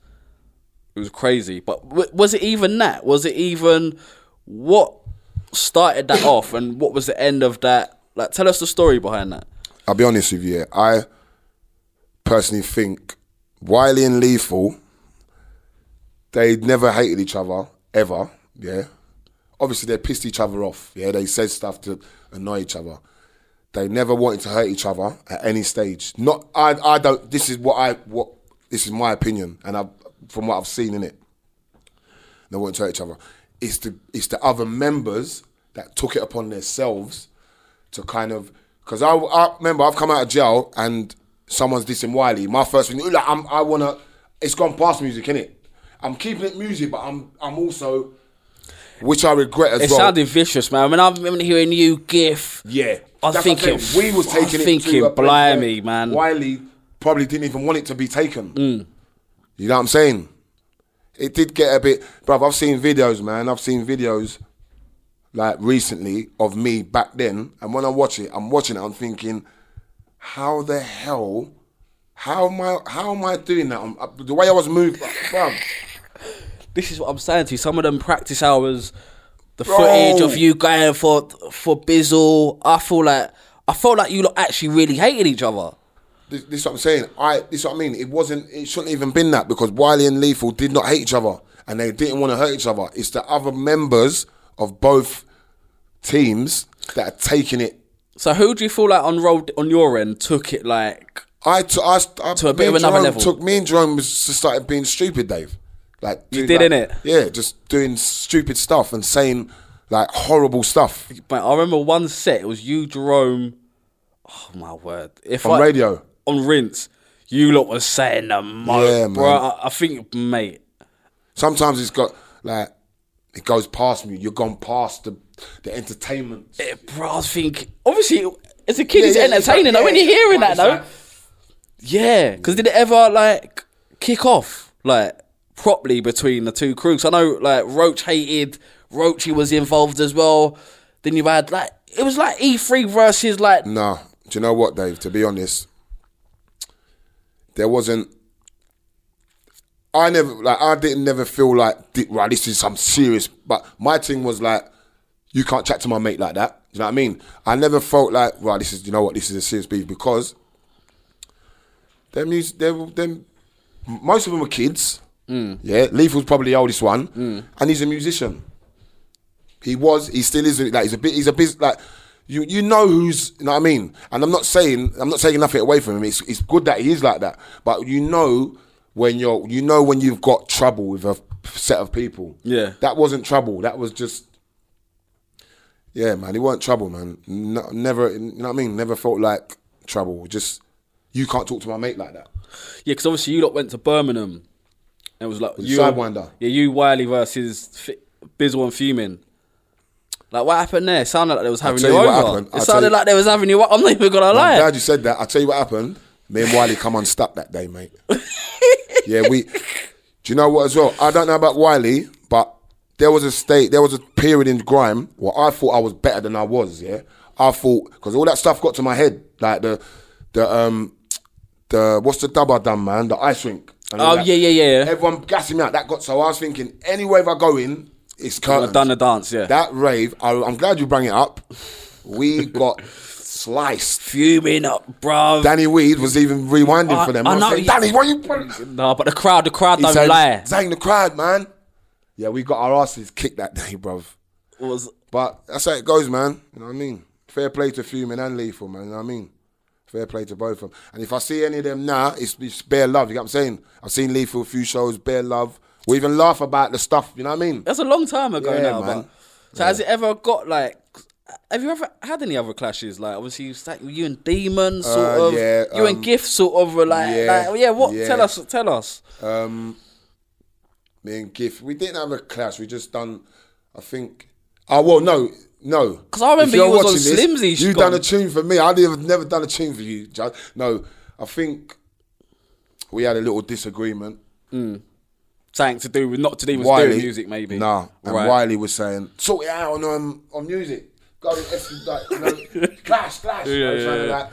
[SPEAKER 1] It was crazy, but w- was it even that? Was it even what started that off, and what was the end of that? Like, tell us the story behind that.
[SPEAKER 2] I'll be honest with you. yeah. I personally think Wiley and Lethal, they never hated each other ever. Yeah, obviously they pissed each other off. Yeah, they said stuff to annoy each other. They never wanted to hurt each other at any stage. Not I. I don't. This is what I. What this is my opinion, and I from what I've seen in it. They wanted to hurt each other. It's the it's the other members that took it upon themselves to kind of because I, I remember I've come out of jail and someone's dissing Wiley. My first thing, like I'm, I wanna, it's gone past music, innit? I'm keeping it music, but I'm I'm also, which I regret as
[SPEAKER 1] It
[SPEAKER 2] well.
[SPEAKER 1] sounded vicious, man. When I remember hearing you gif,
[SPEAKER 2] yeah,
[SPEAKER 1] I
[SPEAKER 2] That's
[SPEAKER 1] think
[SPEAKER 2] what I'm
[SPEAKER 1] it.
[SPEAKER 2] saying. we was taking
[SPEAKER 1] I
[SPEAKER 2] it.
[SPEAKER 1] think
[SPEAKER 2] to a
[SPEAKER 1] it,
[SPEAKER 2] place
[SPEAKER 1] blimey,
[SPEAKER 2] where
[SPEAKER 1] man. Mm.
[SPEAKER 2] Wiley probably didn't even want it to be taken. You know what I'm saying? It did get a bit, bruv. I've seen videos, man. I've seen videos like recently of me back then, and when I watch it, I'm watching it. I'm thinking, how the hell, how am I, how am I doing that? I'm, uh, the way I was moving, bruv.
[SPEAKER 1] This is what I'm saying to you. Some of them practice hours, the
[SPEAKER 2] Bro.
[SPEAKER 1] footage of you going for for Bizzle. I feel like I felt like you lot actually really hated each other.
[SPEAKER 2] This, this is what I'm saying. I this is what I mean. It wasn't. It shouldn't even been that because Wiley and Lethal did not hate each other and they didn't want to hurt each other. It's the other members of both teams that are taking it.
[SPEAKER 1] So who do you feel like on roll on your end took it like?
[SPEAKER 2] I t- I, st- I
[SPEAKER 1] To a bit
[SPEAKER 2] me
[SPEAKER 1] of
[SPEAKER 2] and
[SPEAKER 1] another
[SPEAKER 2] Jerome
[SPEAKER 1] level.
[SPEAKER 2] Took me and Jerome was just started being stupid, Dave. Like you
[SPEAKER 1] did,
[SPEAKER 2] like,
[SPEAKER 1] innit?
[SPEAKER 2] Yeah, just doing stupid stuff and saying like horrible stuff
[SPEAKER 1] Man, I remember one set. It was you, Jerome. Oh my word! If
[SPEAKER 2] on
[SPEAKER 1] I,
[SPEAKER 2] radio.
[SPEAKER 1] on rinse, you lot was saying the most,
[SPEAKER 2] Yeah, man.
[SPEAKER 1] bro. I, I think, mate.
[SPEAKER 2] Sometimes it's got like it goes past me. You're gone past the the entertainment.
[SPEAKER 1] it- bro, eh, I was thinking. Obviously, as a kid, it's
[SPEAKER 2] yeah, it's
[SPEAKER 1] entertaining.
[SPEAKER 2] like-
[SPEAKER 1] though. when
[SPEAKER 2] yeah,
[SPEAKER 1] you're hearing
[SPEAKER 2] but
[SPEAKER 1] that,
[SPEAKER 2] it's
[SPEAKER 1] though,
[SPEAKER 2] like-
[SPEAKER 1] yeah. Because did it ever like kick off like properly between the two crews? I know like Roach hated Roachy was involved as well. Then you had like it was like E three versus like
[SPEAKER 2] Nah. Do you know what, Dave? To be honest, there wasn't. I never like I didn't never feel like "Di- right. This is some serious. But my thing was like, you can't chat to my mate like that. Do you know what I mean? I never felt like right. This is you know what. This is a serious beef because them music, them, them, most of them were kids. Yeah, Leaf was probably the oldest one, and he's a musician. He was, he still is. Like he's a bit, he's a bit like you. You know who's, you know what I mean. And I'm not saying I'm not taking nothing away from him. It's it's good that he is like that, but you know when you're, you know when you've got trouble with a set of people.
[SPEAKER 1] Yeah.
[SPEAKER 2] that wasn't trouble. That was just. Yeah, man, it weren't trouble, man. No, never, you know what I mean. Never felt like trouble. Just you can't talk to my mate like that.
[SPEAKER 1] Yeah, because obviously you lot went to Birmingham. And it was like you
[SPEAKER 2] Sidewinder.
[SPEAKER 1] Yeah, you Wiley versus F- Bizzle and Fuming. Like what happened there? It sounded like they was having
[SPEAKER 2] tell
[SPEAKER 1] you,
[SPEAKER 2] you what
[SPEAKER 1] over.
[SPEAKER 2] happened.
[SPEAKER 1] It
[SPEAKER 2] I'll
[SPEAKER 1] sounded
[SPEAKER 2] tell you-
[SPEAKER 1] like they was having you. I'm not even gonna lie.
[SPEAKER 2] I'm glad you said that. I tell you what happened. Me and Wiley come unstuck that day, mate. yeah, we. Do you know what? As well, I don't know about Wiley, but there was a state, there was a period in grime where I thought I was better than I was. Yeah, I thought because all that stuff got to my head, like the, the um, the what's the dub I done, man? The ice rink. and all
[SPEAKER 1] Oh,
[SPEAKER 2] that.
[SPEAKER 1] yeah, yeah, yeah.
[SPEAKER 2] Everyone gassing me out. That got so I was thinking, any wave I go in, it's curtains.
[SPEAKER 1] I've done the dance. Yeah,
[SPEAKER 2] That rave, I, I'm glad you bring it up. We got sliced.
[SPEAKER 1] Fuming up, bruv.
[SPEAKER 2] Danny Weed was even rewinding
[SPEAKER 1] I-
[SPEAKER 2] for them.
[SPEAKER 1] I
[SPEAKER 2] I, was
[SPEAKER 1] know,
[SPEAKER 2] saying,
[SPEAKER 1] yeah.
[SPEAKER 2] Danny, why you?
[SPEAKER 1] no, but the crowd, the crowd
[SPEAKER 2] He
[SPEAKER 1] don't
[SPEAKER 2] said,
[SPEAKER 1] lie.
[SPEAKER 2] Zang the crowd, man. Yeah, we got our asses kicked that day, bruv.
[SPEAKER 1] It was
[SPEAKER 2] But that's how it goes, man. You know what I mean? Fair play to Fuming and Lethal, man. You know what I mean? Fair play to both of them. And if I see any of them now, it's, it's bare love. You get what I'm saying? I've seen Lethal a few shows, bare love. We even laugh about the stuff. You know what I mean?
[SPEAKER 1] that's a long time ago
[SPEAKER 2] Yeah,
[SPEAKER 1] now.
[SPEAKER 2] man.
[SPEAKER 1] But, so has it ever got like? Have you ever had any other clashes? Like obviously you, sat- you and Demon sort
[SPEAKER 2] Uh,
[SPEAKER 1] of,
[SPEAKER 2] yeah,
[SPEAKER 1] you and
[SPEAKER 2] um,
[SPEAKER 1] Gift sort of were like,
[SPEAKER 2] yeah,
[SPEAKER 1] like, yeah. What?
[SPEAKER 2] yeah.
[SPEAKER 1] Tell us, tell us.
[SPEAKER 2] Um, Me and Giff, we didn't have a clash. We just done, I think. Oh well, no, no.
[SPEAKER 1] 'Cause I remember
[SPEAKER 2] If you're
[SPEAKER 1] you was on
[SPEAKER 2] watching
[SPEAKER 1] Slimzy,
[SPEAKER 2] You
[SPEAKER 1] Scott.
[SPEAKER 2] done a tune for me. I'd have never done a tune for you. Judge. No, I think we had a little disagreement.
[SPEAKER 1] Something to do with not to do with doing music, maybe.
[SPEAKER 2] Nah, and
[SPEAKER 1] right.
[SPEAKER 2] Wiley was saying, sort it out on um, on music. Go F- like, you know, clash, clash. I, was trying to, like-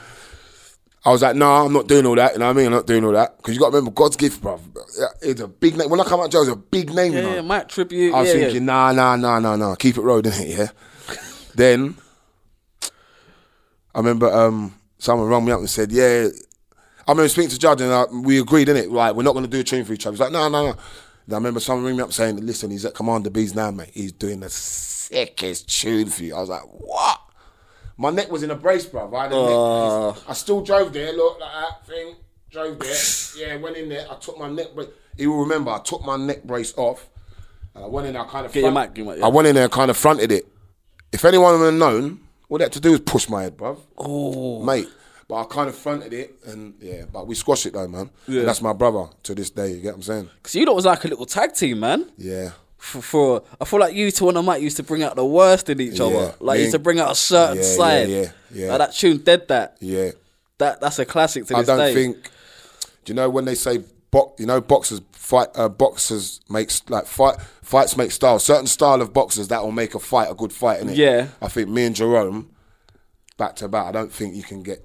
[SPEAKER 2] I was like, nah, I'm not doing all that. You know what I mean? I'm not doing all that because you got to remember God's gift, bruv. It's a big name. When I come out, Joe, it's a big name. you know?
[SPEAKER 1] Yeah, yeah, Mike tribute.
[SPEAKER 2] I was
[SPEAKER 1] yeah, yeah.
[SPEAKER 2] thinking, nah, nah, nah, nah, nah, keep it rolling, innit? Yeah. then I remember um, someone rang me up and said, yeah. I remember speaking to Judge and uh, we agreed, innit? Like, we're not going to do a tune for each other. He's like, no, no, no. Then I remember someone ringing me up saying, listen, he's at Commander B's now, mate. He's doing the sickest tune for you. I was like, what? My neck was in a brace, bruv. I, had a
[SPEAKER 1] Oh.
[SPEAKER 2] neck brace. I still drove there, look, like that thing. Drove there. yeah, went in there. I took my neck brace. You will remember, I took my neck brace off. And I went in there, I kind of
[SPEAKER 1] Get your
[SPEAKER 2] front-
[SPEAKER 1] mic, get your mic, yeah.
[SPEAKER 2] I went in there and kind of fronted it. If anyone would have known, all they had to do was push my head, bruv. Oh. Mate. But I kind of fronted it and yeah, but we squashed it though, man. And that's my brother to this day, you get what I'm saying?
[SPEAKER 1] Because you lot was like a little tag team, man.
[SPEAKER 2] Yeah.
[SPEAKER 1] For, for I feel like you two and Mike used to bring out the worst in each
[SPEAKER 2] Yeah,
[SPEAKER 1] other. Like
[SPEAKER 2] me
[SPEAKER 1] used to
[SPEAKER 2] and-
[SPEAKER 1] bring out a certain
[SPEAKER 2] Yeah, yeah,
[SPEAKER 1] side.
[SPEAKER 2] yeah, yeah.
[SPEAKER 1] Like, that tune dead that.
[SPEAKER 2] Yeah.
[SPEAKER 1] That that's a classic to
[SPEAKER 2] I
[SPEAKER 1] this
[SPEAKER 2] don't
[SPEAKER 1] day.
[SPEAKER 2] think. Do you know when they say bo- You know, boxers fight. Uh, boxers makes like fight. Fights make style. Certain style of boxers that will make a fight a good fight. Innit?
[SPEAKER 1] Yeah.
[SPEAKER 2] I think me and Jerome, back to back. I don't think you can get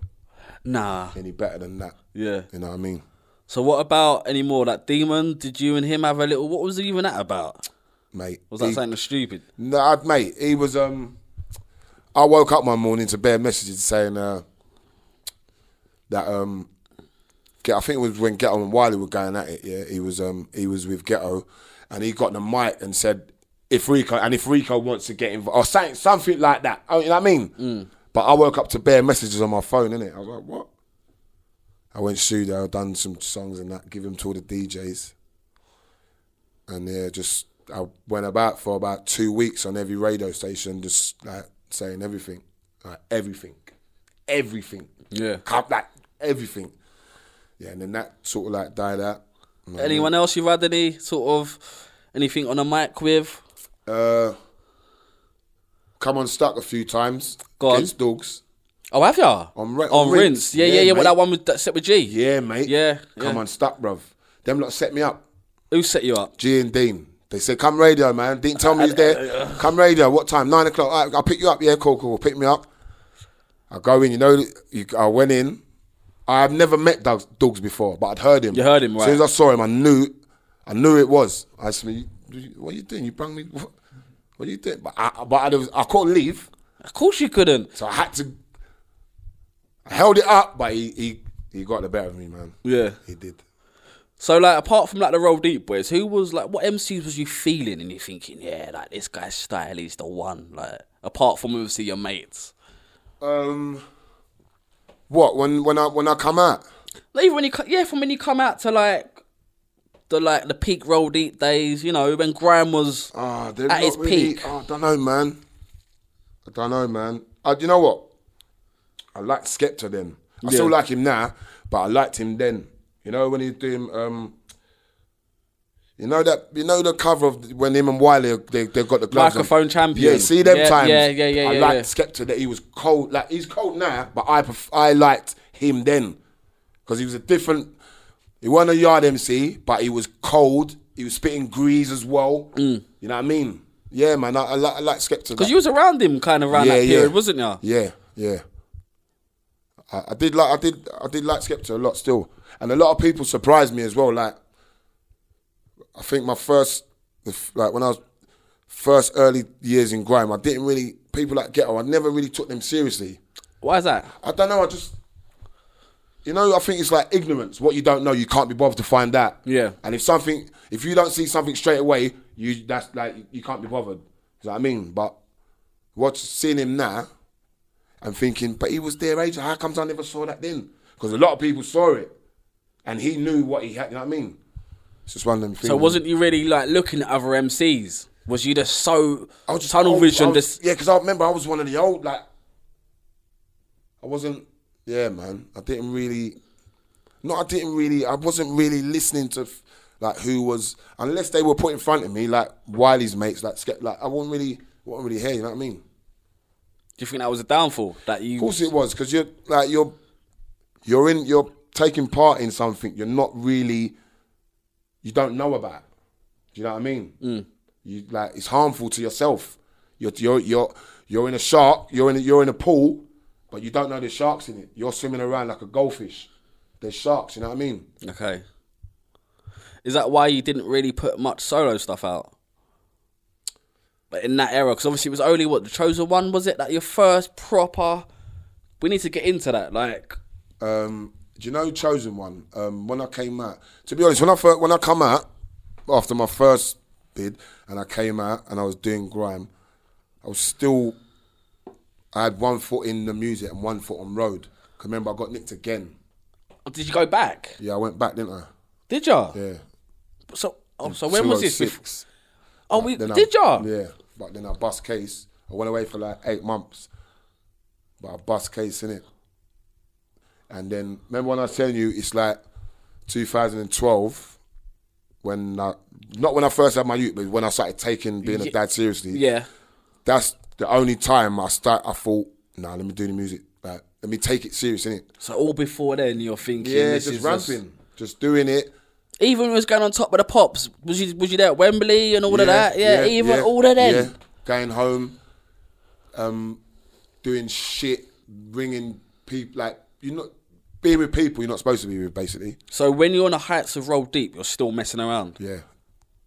[SPEAKER 1] Nah.
[SPEAKER 2] any better than that.
[SPEAKER 1] Yeah.
[SPEAKER 2] You know what I mean?
[SPEAKER 1] So what about any more? Like Demon, did you and him have a little? What was even that about?
[SPEAKER 2] Mate.
[SPEAKER 1] Was that
[SPEAKER 2] he-
[SPEAKER 1] something stupid?
[SPEAKER 2] No, I'd, mate, he was. Um, I woke up one morning to bare messages saying uh, that um, Ge- I think it was when Ghetto and Wiley were going at it. Yeah, he was. Um, he was with Ghetto, and he got the mic and said, "If Rico and if Rico wants to get involved, or something, something like that." Oh, you know what I mean? But I woke up to bare messages on my phone, innit? I was like, "What?" I went studio, I done some songs and that, give them to all the DJs and yeah, just I went about for about two weeks on every radio station, just like saying everything, like everything, everything,
[SPEAKER 1] Yeah.
[SPEAKER 2] Cup, like everything, yeah. And then that sort of like died out. And I-
[SPEAKER 1] Anyone else you've had any sort of anything on a mic with?
[SPEAKER 2] Uh, come on, stuck a few times
[SPEAKER 1] Go on.
[SPEAKER 2] against dogs.
[SPEAKER 1] Oh, have ya?
[SPEAKER 2] On Ri-
[SPEAKER 1] on
[SPEAKER 2] on
[SPEAKER 1] rinse.
[SPEAKER 2] Rinse.
[SPEAKER 1] Yeah, yeah,
[SPEAKER 2] Yeah,
[SPEAKER 1] yeah. What
[SPEAKER 2] mate.
[SPEAKER 1] that one with that set with G.
[SPEAKER 2] Yeah, mate.
[SPEAKER 1] Yeah,
[SPEAKER 2] come
[SPEAKER 1] yeah.
[SPEAKER 2] on, stuck, bruv. Them lot set me up.
[SPEAKER 1] Who set you up?
[SPEAKER 2] G and Dean. They said, come radio, man. Didn't tell me he's there. Come radio. What time? Nine o'clock. All right, I'll pick you up. Yeah, cool, cool. Pick me up. I go in. You know, you, I went in. I've never met Doug's, Dogs before, but I'd heard him.
[SPEAKER 1] You heard him,
[SPEAKER 2] As soon as
[SPEAKER 1] right.
[SPEAKER 2] I saw him, I knew, I knew it was. I said, "You- what are you doing? You brung me. What, what are you doing? But I, but I, was, I couldn't leave,
[SPEAKER 1] Of course you couldn't.
[SPEAKER 2] so I had to. I held it up, but he he, he got the better of me, man.
[SPEAKER 1] Yeah.
[SPEAKER 2] He did.
[SPEAKER 1] So like, apart from like the Roll Deep boys, who was like, what MCs was you feeling and you thinking, yeah, like this guy's style is the one. Like, apart from obviously your mates,
[SPEAKER 2] Um, what when when I when I come out?
[SPEAKER 1] like even when you, co- yeah, from when you come out to like the like the peak Roll Deep days, you know, when Graham was
[SPEAKER 2] Ah, they're
[SPEAKER 1] At
[SPEAKER 2] not
[SPEAKER 1] its
[SPEAKER 2] really,
[SPEAKER 1] peak.
[SPEAKER 2] Oh, I don't know, man. I don't know, man. Uh, do you know what? I liked Skepta then. I still
[SPEAKER 1] Yeah.
[SPEAKER 2] like him now, but I liked him then. You know when he's doing um. You know that you know the cover of when him and Wiley they they got the gloves on?
[SPEAKER 1] Microphone champion.
[SPEAKER 2] Yeah, see them
[SPEAKER 1] Yeah,
[SPEAKER 2] times.
[SPEAKER 1] yeah, yeah, yeah,
[SPEAKER 2] I
[SPEAKER 1] yeah,
[SPEAKER 2] liked
[SPEAKER 1] yeah.
[SPEAKER 2] Skepta that he was cold. Like he's cold now, but I pref- I liked him then because he was a different. He wasn't a yard MC, but he was cold. He was spitting grease as well. You know what I mean? Yeah, man. I, I, like, I like Skepta.
[SPEAKER 1] Because you was around him kind of around that period, wasn't you?
[SPEAKER 2] Yeah, yeah. I, I did like I did I did like Skepta a lot still, and a lot of people surprised me as well. Like, I think my first the f- like when I was first early years in grime, I didn't really people like ghetto. I never really took them seriously.
[SPEAKER 1] Why is that?
[SPEAKER 2] I don't know. I just, you know, I think it's like ignorance. What you don't know, you can't be bothered to find out.
[SPEAKER 1] Yeah.
[SPEAKER 2] And if something, if you don't see something straight away, you that's like you can't be bothered. You know what I mean? But watch seeing him now, and thinking, but he was their age. How comes I never saw that then? Because a lot of people saw it, and he knew what he had. You know what I mean? It's just one of them things.
[SPEAKER 1] So wasn't you really like looking at other MCs? Was you just so
[SPEAKER 2] I was just
[SPEAKER 1] tunnel
[SPEAKER 2] old. Oh, I
[SPEAKER 1] vision?
[SPEAKER 2] was-
[SPEAKER 1] Just
[SPEAKER 2] yeah, because I remember I was one of the old like. I wasn't. Yeah, man. I didn't really. No, I didn't really. I wasn't really listening to, f- like who was unless they were put in front of me like Wiley's mates like Skep- like I wasn't really wasn't really here. You know what I mean?
[SPEAKER 1] do you think that was a downfall that you?
[SPEAKER 2] Of course it was because you're like you're you're in you're taking part in something you're not really you don't know about. Do you know what I mean? You like it's harmful to yourself. You're you're you're you're in a shark. You're in a, you're in a pool, but you don't know there's sharks in it. You're swimming around like a goldfish. There's sharks. You know what I mean?
[SPEAKER 1] Okay. Is that why you didn't really put much solo stuff out? But in that era, because obviously it was only what the chosen one was it? Like your first proper. We need to get into that. Like,
[SPEAKER 2] um, do you know Chosen One? Um, when I came out, to be honest, when I first, when I come out after my first bid, and I came out and I was doing grime, I was still, I had one foot in the music and one foot on road. 'Cause remember, I got nicked again.
[SPEAKER 1] did you go back?
[SPEAKER 2] Yeah, I went back, didn't I?
[SPEAKER 1] Did ya?
[SPEAKER 2] Yeah. Mm,
[SPEAKER 1] So, oh, so when was this?
[SPEAKER 2] 206.
[SPEAKER 1] Bef- Oh, we
[SPEAKER 2] Then I-
[SPEAKER 1] did ya?
[SPEAKER 2] Yeah, but then I bust case. I went away for like eight months, but I bust case in it. And then remember when I was telling you it's like 2012 when I not when I first had my youth, but when I started taking being a dad seriously.
[SPEAKER 1] Yeah.
[SPEAKER 2] that's the only time I start. I thought, nah, let me do the music. Like, let me take it serious in it.
[SPEAKER 1] So all before then, you're thinking,
[SPEAKER 2] Yeah,
[SPEAKER 1] this
[SPEAKER 2] just
[SPEAKER 1] is
[SPEAKER 2] ramping, just doing it.
[SPEAKER 1] even when it was going on top of the pops, was you was you there at Wembley and all of that? Yeah, even all of them.
[SPEAKER 2] yeah. Going home, um, doing shit, bringing people like you're not being with people you're not supposed to be with, basically.
[SPEAKER 1] So when you're on the heights of Roll Deep, you're still messing around.
[SPEAKER 2] Yeah,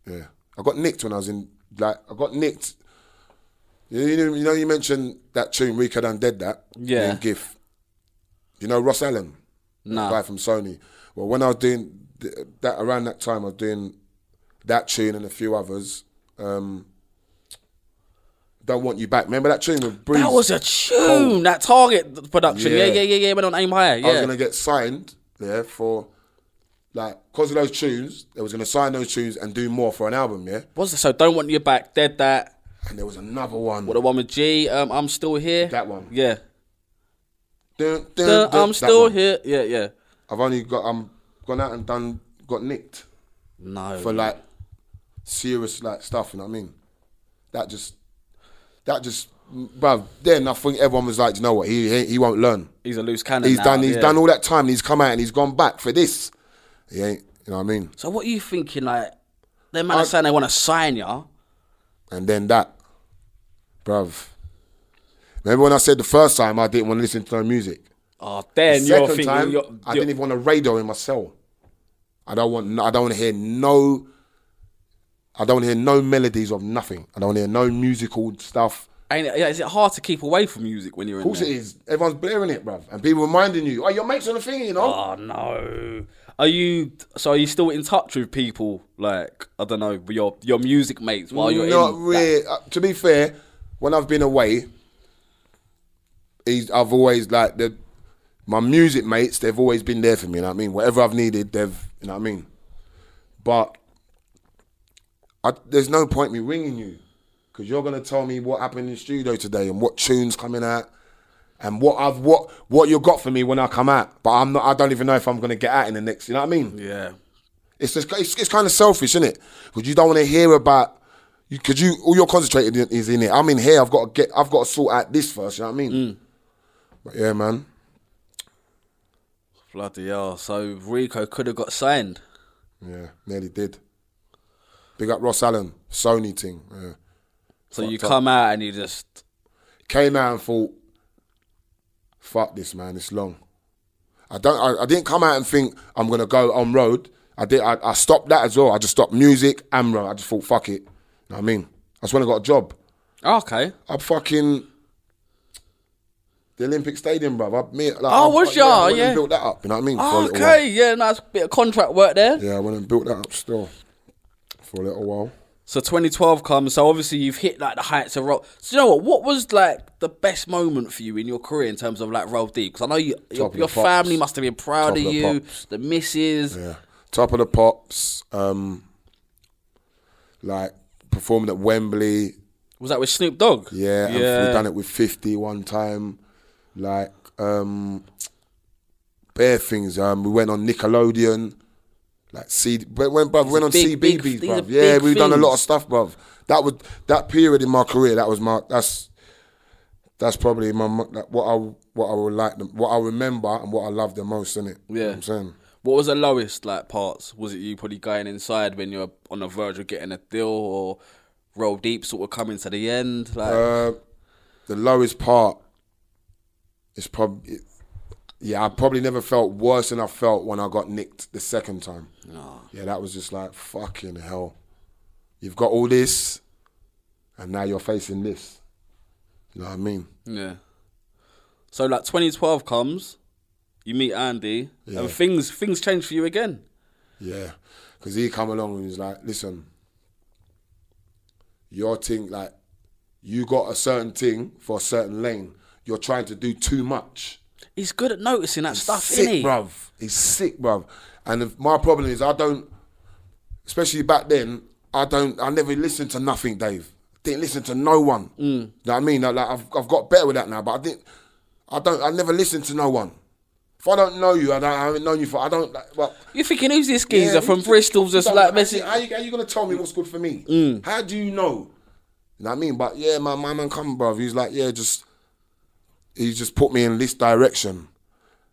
[SPEAKER 2] yeah. I got nicked when I was in like I got nicked. You know, you know, you mentioned that tune Rico done dead that
[SPEAKER 1] Yeah.
[SPEAKER 2] in GIF. You know Ross Allen,
[SPEAKER 1] Nah.
[SPEAKER 2] guy from Sony. Well, when I was doing th- that around that time, I was doing that tune and a few others. Um, Don't want you back. Remember that tune with Breeze?
[SPEAKER 1] That was a tune. That Target production. Yeah,
[SPEAKER 2] Yeah.
[SPEAKER 1] yeah, yeah, yeah. Went on Aim Higher.
[SPEAKER 2] I was
[SPEAKER 1] Yeah.
[SPEAKER 2] gonna get signed yeah, for like because of those tunes. They was gonna sign those tunes and do more for an album, yeah.
[SPEAKER 1] What's it? So don't want you back. Dead that.
[SPEAKER 2] And there was another one.
[SPEAKER 1] What the one with G? Um, I'm still here.
[SPEAKER 2] That one.
[SPEAKER 1] Yeah.
[SPEAKER 2] Dun, dun,
[SPEAKER 1] Uh,
[SPEAKER 2] dun,
[SPEAKER 1] I'm
[SPEAKER 2] that
[SPEAKER 1] still
[SPEAKER 2] one.
[SPEAKER 1] here. Yeah, yeah.
[SPEAKER 2] I've only got I'm gone out and done got nicked
[SPEAKER 1] No.
[SPEAKER 2] for like serious like stuff. You know what I mean? That just that just bruv. Then I think everyone was like, "Do you know what? He he, he won't learn.
[SPEAKER 1] he's a loose cannon.
[SPEAKER 2] He's
[SPEAKER 1] now,
[SPEAKER 2] done. He's
[SPEAKER 1] yeah.
[SPEAKER 2] done all that time. And he's come out and he's gone back for this. He ain't. You know what I mean?
[SPEAKER 1] So what are you thinking? Like, them man are saying they want to sign ya.
[SPEAKER 2] And then that, bruv. Remember when I said the first time I didn't want to listen to no music.
[SPEAKER 1] Oh, then you're
[SPEAKER 2] Second
[SPEAKER 1] thinking.
[SPEAKER 2] time,
[SPEAKER 1] you're,
[SPEAKER 2] I
[SPEAKER 1] you're-
[SPEAKER 2] didn't even want a radio in my cell. I don't want. no- I don't want to hear no. I don't hear no melodies of nothing. I don't hear no musical stuff.
[SPEAKER 1] Ain't it, yeah, is it hard to keep away from music when you're in
[SPEAKER 2] Of course
[SPEAKER 1] there?
[SPEAKER 2] it is. Everyone's blaring it, bruv. And people reminding you, oh, your mates on the thing, you know?
[SPEAKER 1] Oh no. Are you so? Are you still in touch with people like I don't know with your your music mates while oh, you're in?
[SPEAKER 2] Not
[SPEAKER 1] that-
[SPEAKER 2] really. Uh, to be fair, when I've been away, he's, I've always, like, the, my music mates, they've always been there for me, you know what I mean? Whatever I've needed, they've, you know what I mean? But I, there's no point me ringing you because you're going to tell me what happened in the studio today and what tunes coming out. and what I've what what you got for me when I come out. But I'm not. I don't even know if I'm gonna get out in the next. You know what I mean?
[SPEAKER 1] Yeah.
[SPEAKER 2] It's just, it's, it's kind of selfish, isn't it? Because you don't want to hear about because you, all you're concentrated in, is in it. I'm in here. I've got to get. I've got to sort out this first. You know what I mean? But yeah, man.
[SPEAKER 1] Bloody hell. So Rico could have got signed.
[SPEAKER 2] Yeah, nearly did. Big up Ross Allen, Sony thing. Yeah.
[SPEAKER 1] So you come out and you just
[SPEAKER 2] Came out and thought, "Fuck this, man. It's long." I don't. I, I didn't come out and think I'm gonna go on road. I did. I, I stopped that as well. I just stopped music and road. I just thought, "Fuck it." You know what I mean? I just went and got a job.
[SPEAKER 1] okay.
[SPEAKER 2] I'm fucking the Olympic Stadium, bruv. I, me, like,
[SPEAKER 1] Oh,
[SPEAKER 2] I-
[SPEAKER 1] was
[SPEAKER 2] I- yeah,
[SPEAKER 1] ya?
[SPEAKER 2] I went and
[SPEAKER 1] Yeah. Oh,
[SPEAKER 2] built that up. You know what I mean? For a little while.
[SPEAKER 1] Okay, yeah, nice bit of contract work there.
[SPEAKER 2] Yeah, I went and built that up still for a little while.
[SPEAKER 1] So 2012 comes. So obviously you've hit like the heights of roll. So you know what? What was like the best moment for you in your career in terms of like roll deep? Because I know you, your,
[SPEAKER 2] of
[SPEAKER 1] your
[SPEAKER 2] the pops.
[SPEAKER 1] family must have been proud
[SPEAKER 2] Top
[SPEAKER 1] of
[SPEAKER 2] of the
[SPEAKER 1] you,
[SPEAKER 2] pops.
[SPEAKER 1] the missus.
[SPEAKER 2] Yeah. Top of the pops. Um, like performed at Wembley.
[SPEAKER 1] Was that with Snoop Dogg?
[SPEAKER 2] Yeah, and
[SPEAKER 1] yeah.
[SPEAKER 2] we've done it with 50 one time. Like, um, bare things. Um, we went on Nickelodeon. Like, C- but when, bruv, went on
[SPEAKER 1] big- big-
[SPEAKER 2] CBBS,
[SPEAKER 1] these are
[SPEAKER 2] bruv. Yeah,
[SPEAKER 1] big
[SPEAKER 2] we've done a lot
[SPEAKER 1] things.
[SPEAKER 2] of stuff, bruv. That would that period in my career. That was my. That's that's probably my mo- like, what I what I would like them, what I remember and what I love the most, innit? You know
[SPEAKER 1] Yeah.
[SPEAKER 2] what I'm saying.
[SPEAKER 1] What was the lowest like parts? Was it you probably going inside when you're on the verge of getting a deal or roll deep sort of coming to the end? Like
[SPEAKER 2] Uh, the lowest part is probably, yeah, I probably never felt worse than I felt when I got nicked the second time. Yeah, that was just like fucking hell. You've got all this, and now you're facing this. You know what I mean?
[SPEAKER 1] yeah. So like 2012 comes, you meet Andy,
[SPEAKER 2] Yeah.
[SPEAKER 1] and things things change for you again.
[SPEAKER 2] Yeah, because he come along and he's like, listen, your thing, like, you got a certain thing for a certain lane. You're trying to do too much.
[SPEAKER 1] He's good at noticing that stuff,
[SPEAKER 2] sick,
[SPEAKER 1] isn't he?
[SPEAKER 2] bruv. He's sick, bruv. And if my problem is I don't, especially back then, I don't, I never listened to nothing, Dave. Didn't listen to no one. Mm. You know what I mean? Like, like, I've, I've got better with that now, but I didn't, I don't, I never listened to no one. If I don't know you, I, don't, I haven't known you for, I don't, like, well,
[SPEAKER 1] You're thinking, who's this geezer
[SPEAKER 2] yeah,
[SPEAKER 1] from
[SPEAKER 2] you-
[SPEAKER 1] Bristol?
[SPEAKER 2] you
[SPEAKER 1] Just
[SPEAKER 2] don't-
[SPEAKER 1] like Mm.
[SPEAKER 2] how you-
[SPEAKER 1] messing.
[SPEAKER 2] How you, how you gonna tell me what's good for me? How do you know? You know what I mean? But yeah, my, my man come, bruv. He's like, yeah, just he just put me in this direction.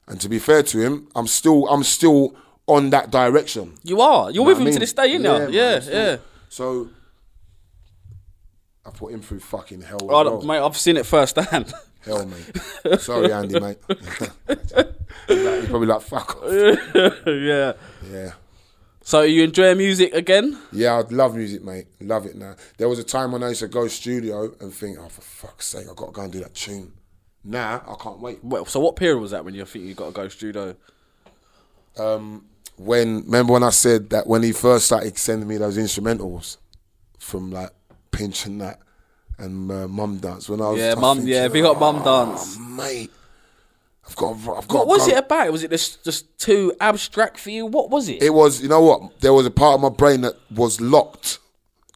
[SPEAKER 2] And to be fair to him, I'm still I'm still on that direction.
[SPEAKER 1] You are. You're with him
[SPEAKER 2] I
[SPEAKER 1] to
[SPEAKER 2] mean?
[SPEAKER 1] this day, you know.
[SPEAKER 2] man,
[SPEAKER 1] Yeah,
[SPEAKER 2] still-
[SPEAKER 1] yeah.
[SPEAKER 2] So I put him through fucking hell. as
[SPEAKER 1] Oh,
[SPEAKER 2] well.
[SPEAKER 1] Mate, I've seen it firsthand.
[SPEAKER 2] Hell, mate. Sorry, Andy, mate. He's like- he's probably like, fuck off.
[SPEAKER 1] yeah.
[SPEAKER 2] Yeah.
[SPEAKER 1] So you enjoy music again?
[SPEAKER 2] Yeah, I love music, mate. Love it now. There was a time when I used to go studio and think, oh, for fuck's sake, i got to go and do that tune. Now, I can't wait.
[SPEAKER 1] Well, so what period was that when you think you got to go studio?
[SPEAKER 2] When Remember when I said that when he first started sending me those instrumentals from like Pinch and that and uh, Mum Dance? When I was
[SPEAKER 1] Yeah,
[SPEAKER 2] I
[SPEAKER 1] mum.
[SPEAKER 2] think,
[SPEAKER 1] Yeah, big up mum dance.
[SPEAKER 2] Mate, I've got to, I've got
[SPEAKER 1] What
[SPEAKER 2] to
[SPEAKER 1] was
[SPEAKER 2] go.
[SPEAKER 1] it about? Was it just just too abstract for you? What was it?
[SPEAKER 2] It was, you know what? There was a part of my brain that was locked.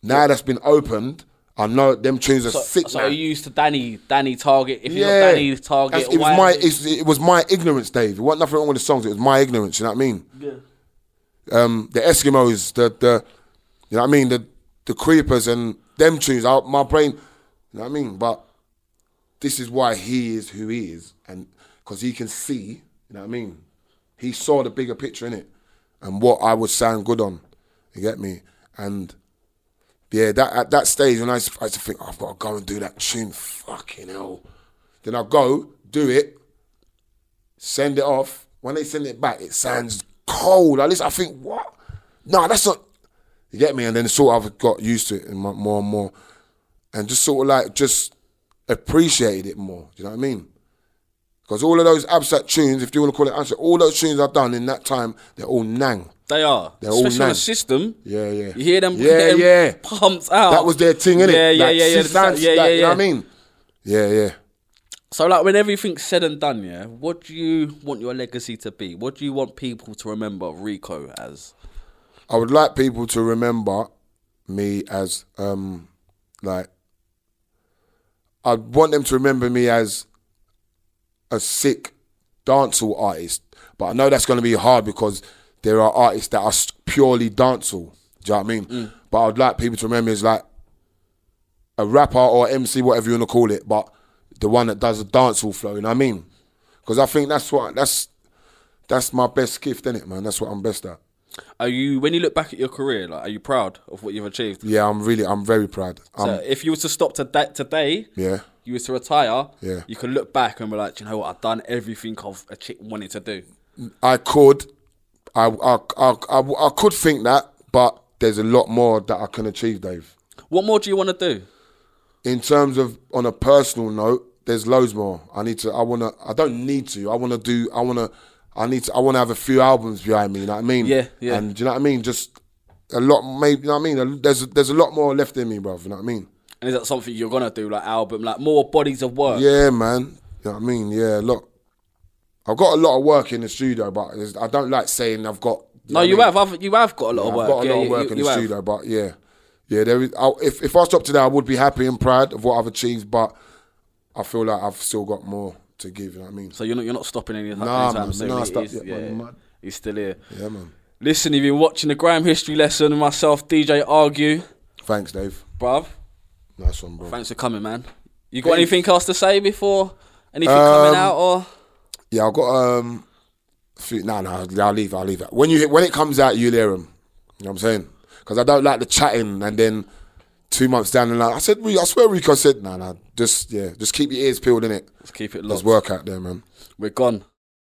[SPEAKER 2] Now that's been opened, I know them tunes are sick
[SPEAKER 1] so
[SPEAKER 2] now.
[SPEAKER 1] you used to Danny Danny Target. If you're not Danny Target,
[SPEAKER 2] That's- it was
[SPEAKER 1] why-
[SPEAKER 2] my it's, it was my ignorance, Dave. It wasn't nothing wrong with the songs. It was my ignorance. You know what I mean?
[SPEAKER 1] yeah.
[SPEAKER 2] Um, the Eskimos, the the, you know what I mean? The the creepers and them tunes. I, my brain, you know what I mean? But this is why he is who he is, and because he can see. You know what I mean? He saw the bigger picture in it, and what I would sound good on. You get me? And yeah, that at that stage when I used, to- I used to think "Oh, I've got to go and do that tune, fucking hell. Then I go do it, send it off. When they send it back, it sounds cold. At least I think what? No, that's not. You get me? And then sort of got used to it and mo- more and more, and just sort of like just appreciated it more. Do you know what I mean? Because all of those abstract tunes, if you want to call it abstract, all those tunes I've done in that time, they're all nang.
[SPEAKER 1] They are.
[SPEAKER 2] They're all
[SPEAKER 1] Especially on the
[SPEAKER 2] nice.
[SPEAKER 1] system.
[SPEAKER 2] Yeah, yeah.
[SPEAKER 1] You hear them,
[SPEAKER 2] Yeah,
[SPEAKER 1] them
[SPEAKER 2] yeah.
[SPEAKER 1] pumped out.
[SPEAKER 2] That was their thing, innit?
[SPEAKER 1] Yeah, yeah,
[SPEAKER 2] Like,
[SPEAKER 1] yeah, yeah.
[SPEAKER 2] since
[SPEAKER 1] So,
[SPEAKER 2] that's-
[SPEAKER 1] yeah, yeah,
[SPEAKER 2] like, You know
[SPEAKER 1] yeah.
[SPEAKER 2] what I mean? Yeah, yeah.
[SPEAKER 1] So, like, when everything's said and done, yeah, what do you want your legacy to be? What do you want people to remember Rico as?
[SPEAKER 2] I would like people to remember me as um like I want them to remember me as a sick dancehall artist, but I know that's going to be hard because there are artists that are s- purely dancehall. Do you know what I mean? But I'd like people to remember is like a rapper or MC, whatever you want to call it, but the one that does a dancehall flow. You know what I mean? Because I think that's what that's that's my best gift, innit, man. That's what I'm best at.
[SPEAKER 1] Are you when you look back at your career, like are you proud of what you've achieved?
[SPEAKER 2] Yeah, I'm really, I'm very proud. I'm,
[SPEAKER 1] So if you was to stop today, today
[SPEAKER 2] yeah.
[SPEAKER 1] you was to retire,
[SPEAKER 2] Yeah.
[SPEAKER 1] you can look back and be like, "Do you know what? I've done everything I've a chick wanted to do.
[SPEAKER 2] I could, I, I, I, I, I could think that, but there's a lot more that I can achieve, Dave.
[SPEAKER 1] What more do you want to do?
[SPEAKER 2] In terms of on a personal note, there's loads more. I need to. I wanna. I don't need to. I wanna do. I wanna. I need to. I wanna have a few albums behind me. You know what I mean?
[SPEAKER 1] Yeah, yeah.
[SPEAKER 2] And do you know what I mean? Just a lot. Maybe you know what I mean. There's there's a lot more left in me, bro. You know what I mean?
[SPEAKER 1] And is that something you're gonna do, like album, like more bodies of work?
[SPEAKER 2] Yeah, man. You know what I mean? Yeah, look. I've got a lot of work in the studio, but there's- I don't like saying I've got.
[SPEAKER 1] No,
[SPEAKER 2] know what I
[SPEAKER 1] you
[SPEAKER 2] mean?
[SPEAKER 1] have. I've, you have got a lot of
[SPEAKER 2] I've
[SPEAKER 1] work.
[SPEAKER 2] got a
[SPEAKER 1] Yeah,
[SPEAKER 2] lot of
[SPEAKER 1] you-
[SPEAKER 2] work
[SPEAKER 1] you-
[SPEAKER 2] in
[SPEAKER 1] you
[SPEAKER 2] the
[SPEAKER 1] have.
[SPEAKER 2] studio, but yeah, yeah. There is. I, if if I stopped today, I would be happy and proud of what I've achieved, but I feel like I've still got more to give. You know what I mean?
[SPEAKER 1] So you're not you're not stopping any time
[SPEAKER 2] Nah,
[SPEAKER 1] anytime
[SPEAKER 2] man,
[SPEAKER 1] soon.
[SPEAKER 2] nah,
[SPEAKER 1] He
[SPEAKER 2] stop
[SPEAKER 1] is-
[SPEAKER 2] yet,
[SPEAKER 1] yeah,
[SPEAKER 2] man, man.
[SPEAKER 1] he's still here.
[SPEAKER 2] Yeah, man.
[SPEAKER 1] Listen, you've been watching the Grime History lesson. and Myself, DJ Argue,
[SPEAKER 2] Thanks, Dave.
[SPEAKER 1] bruv.
[SPEAKER 2] Nice one, bro.
[SPEAKER 1] Thanks for coming, man. You got anything else to say before anything
[SPEAKER 2] Um,
[SPEAKER 1] coming out or?
[SPEAKER 2] Yeah, I've got um. Few, nah, nah. I'll leave. I'll leave it. When you when it comes out, you'll hear 'em. You know what I'm saying? Because I don't like the chatting and then two months down the line, I said, "Re- I swear, Rico said, nah, nah. Just yeah, just keep your ears peeled in it.
[SPEAKER 1] Let's keep it
[SPEAKER 2] There's
[SPEAKER 1] locked.
[SPEAKER 2] work out there, man.
[SPEAKER 1] We're gone.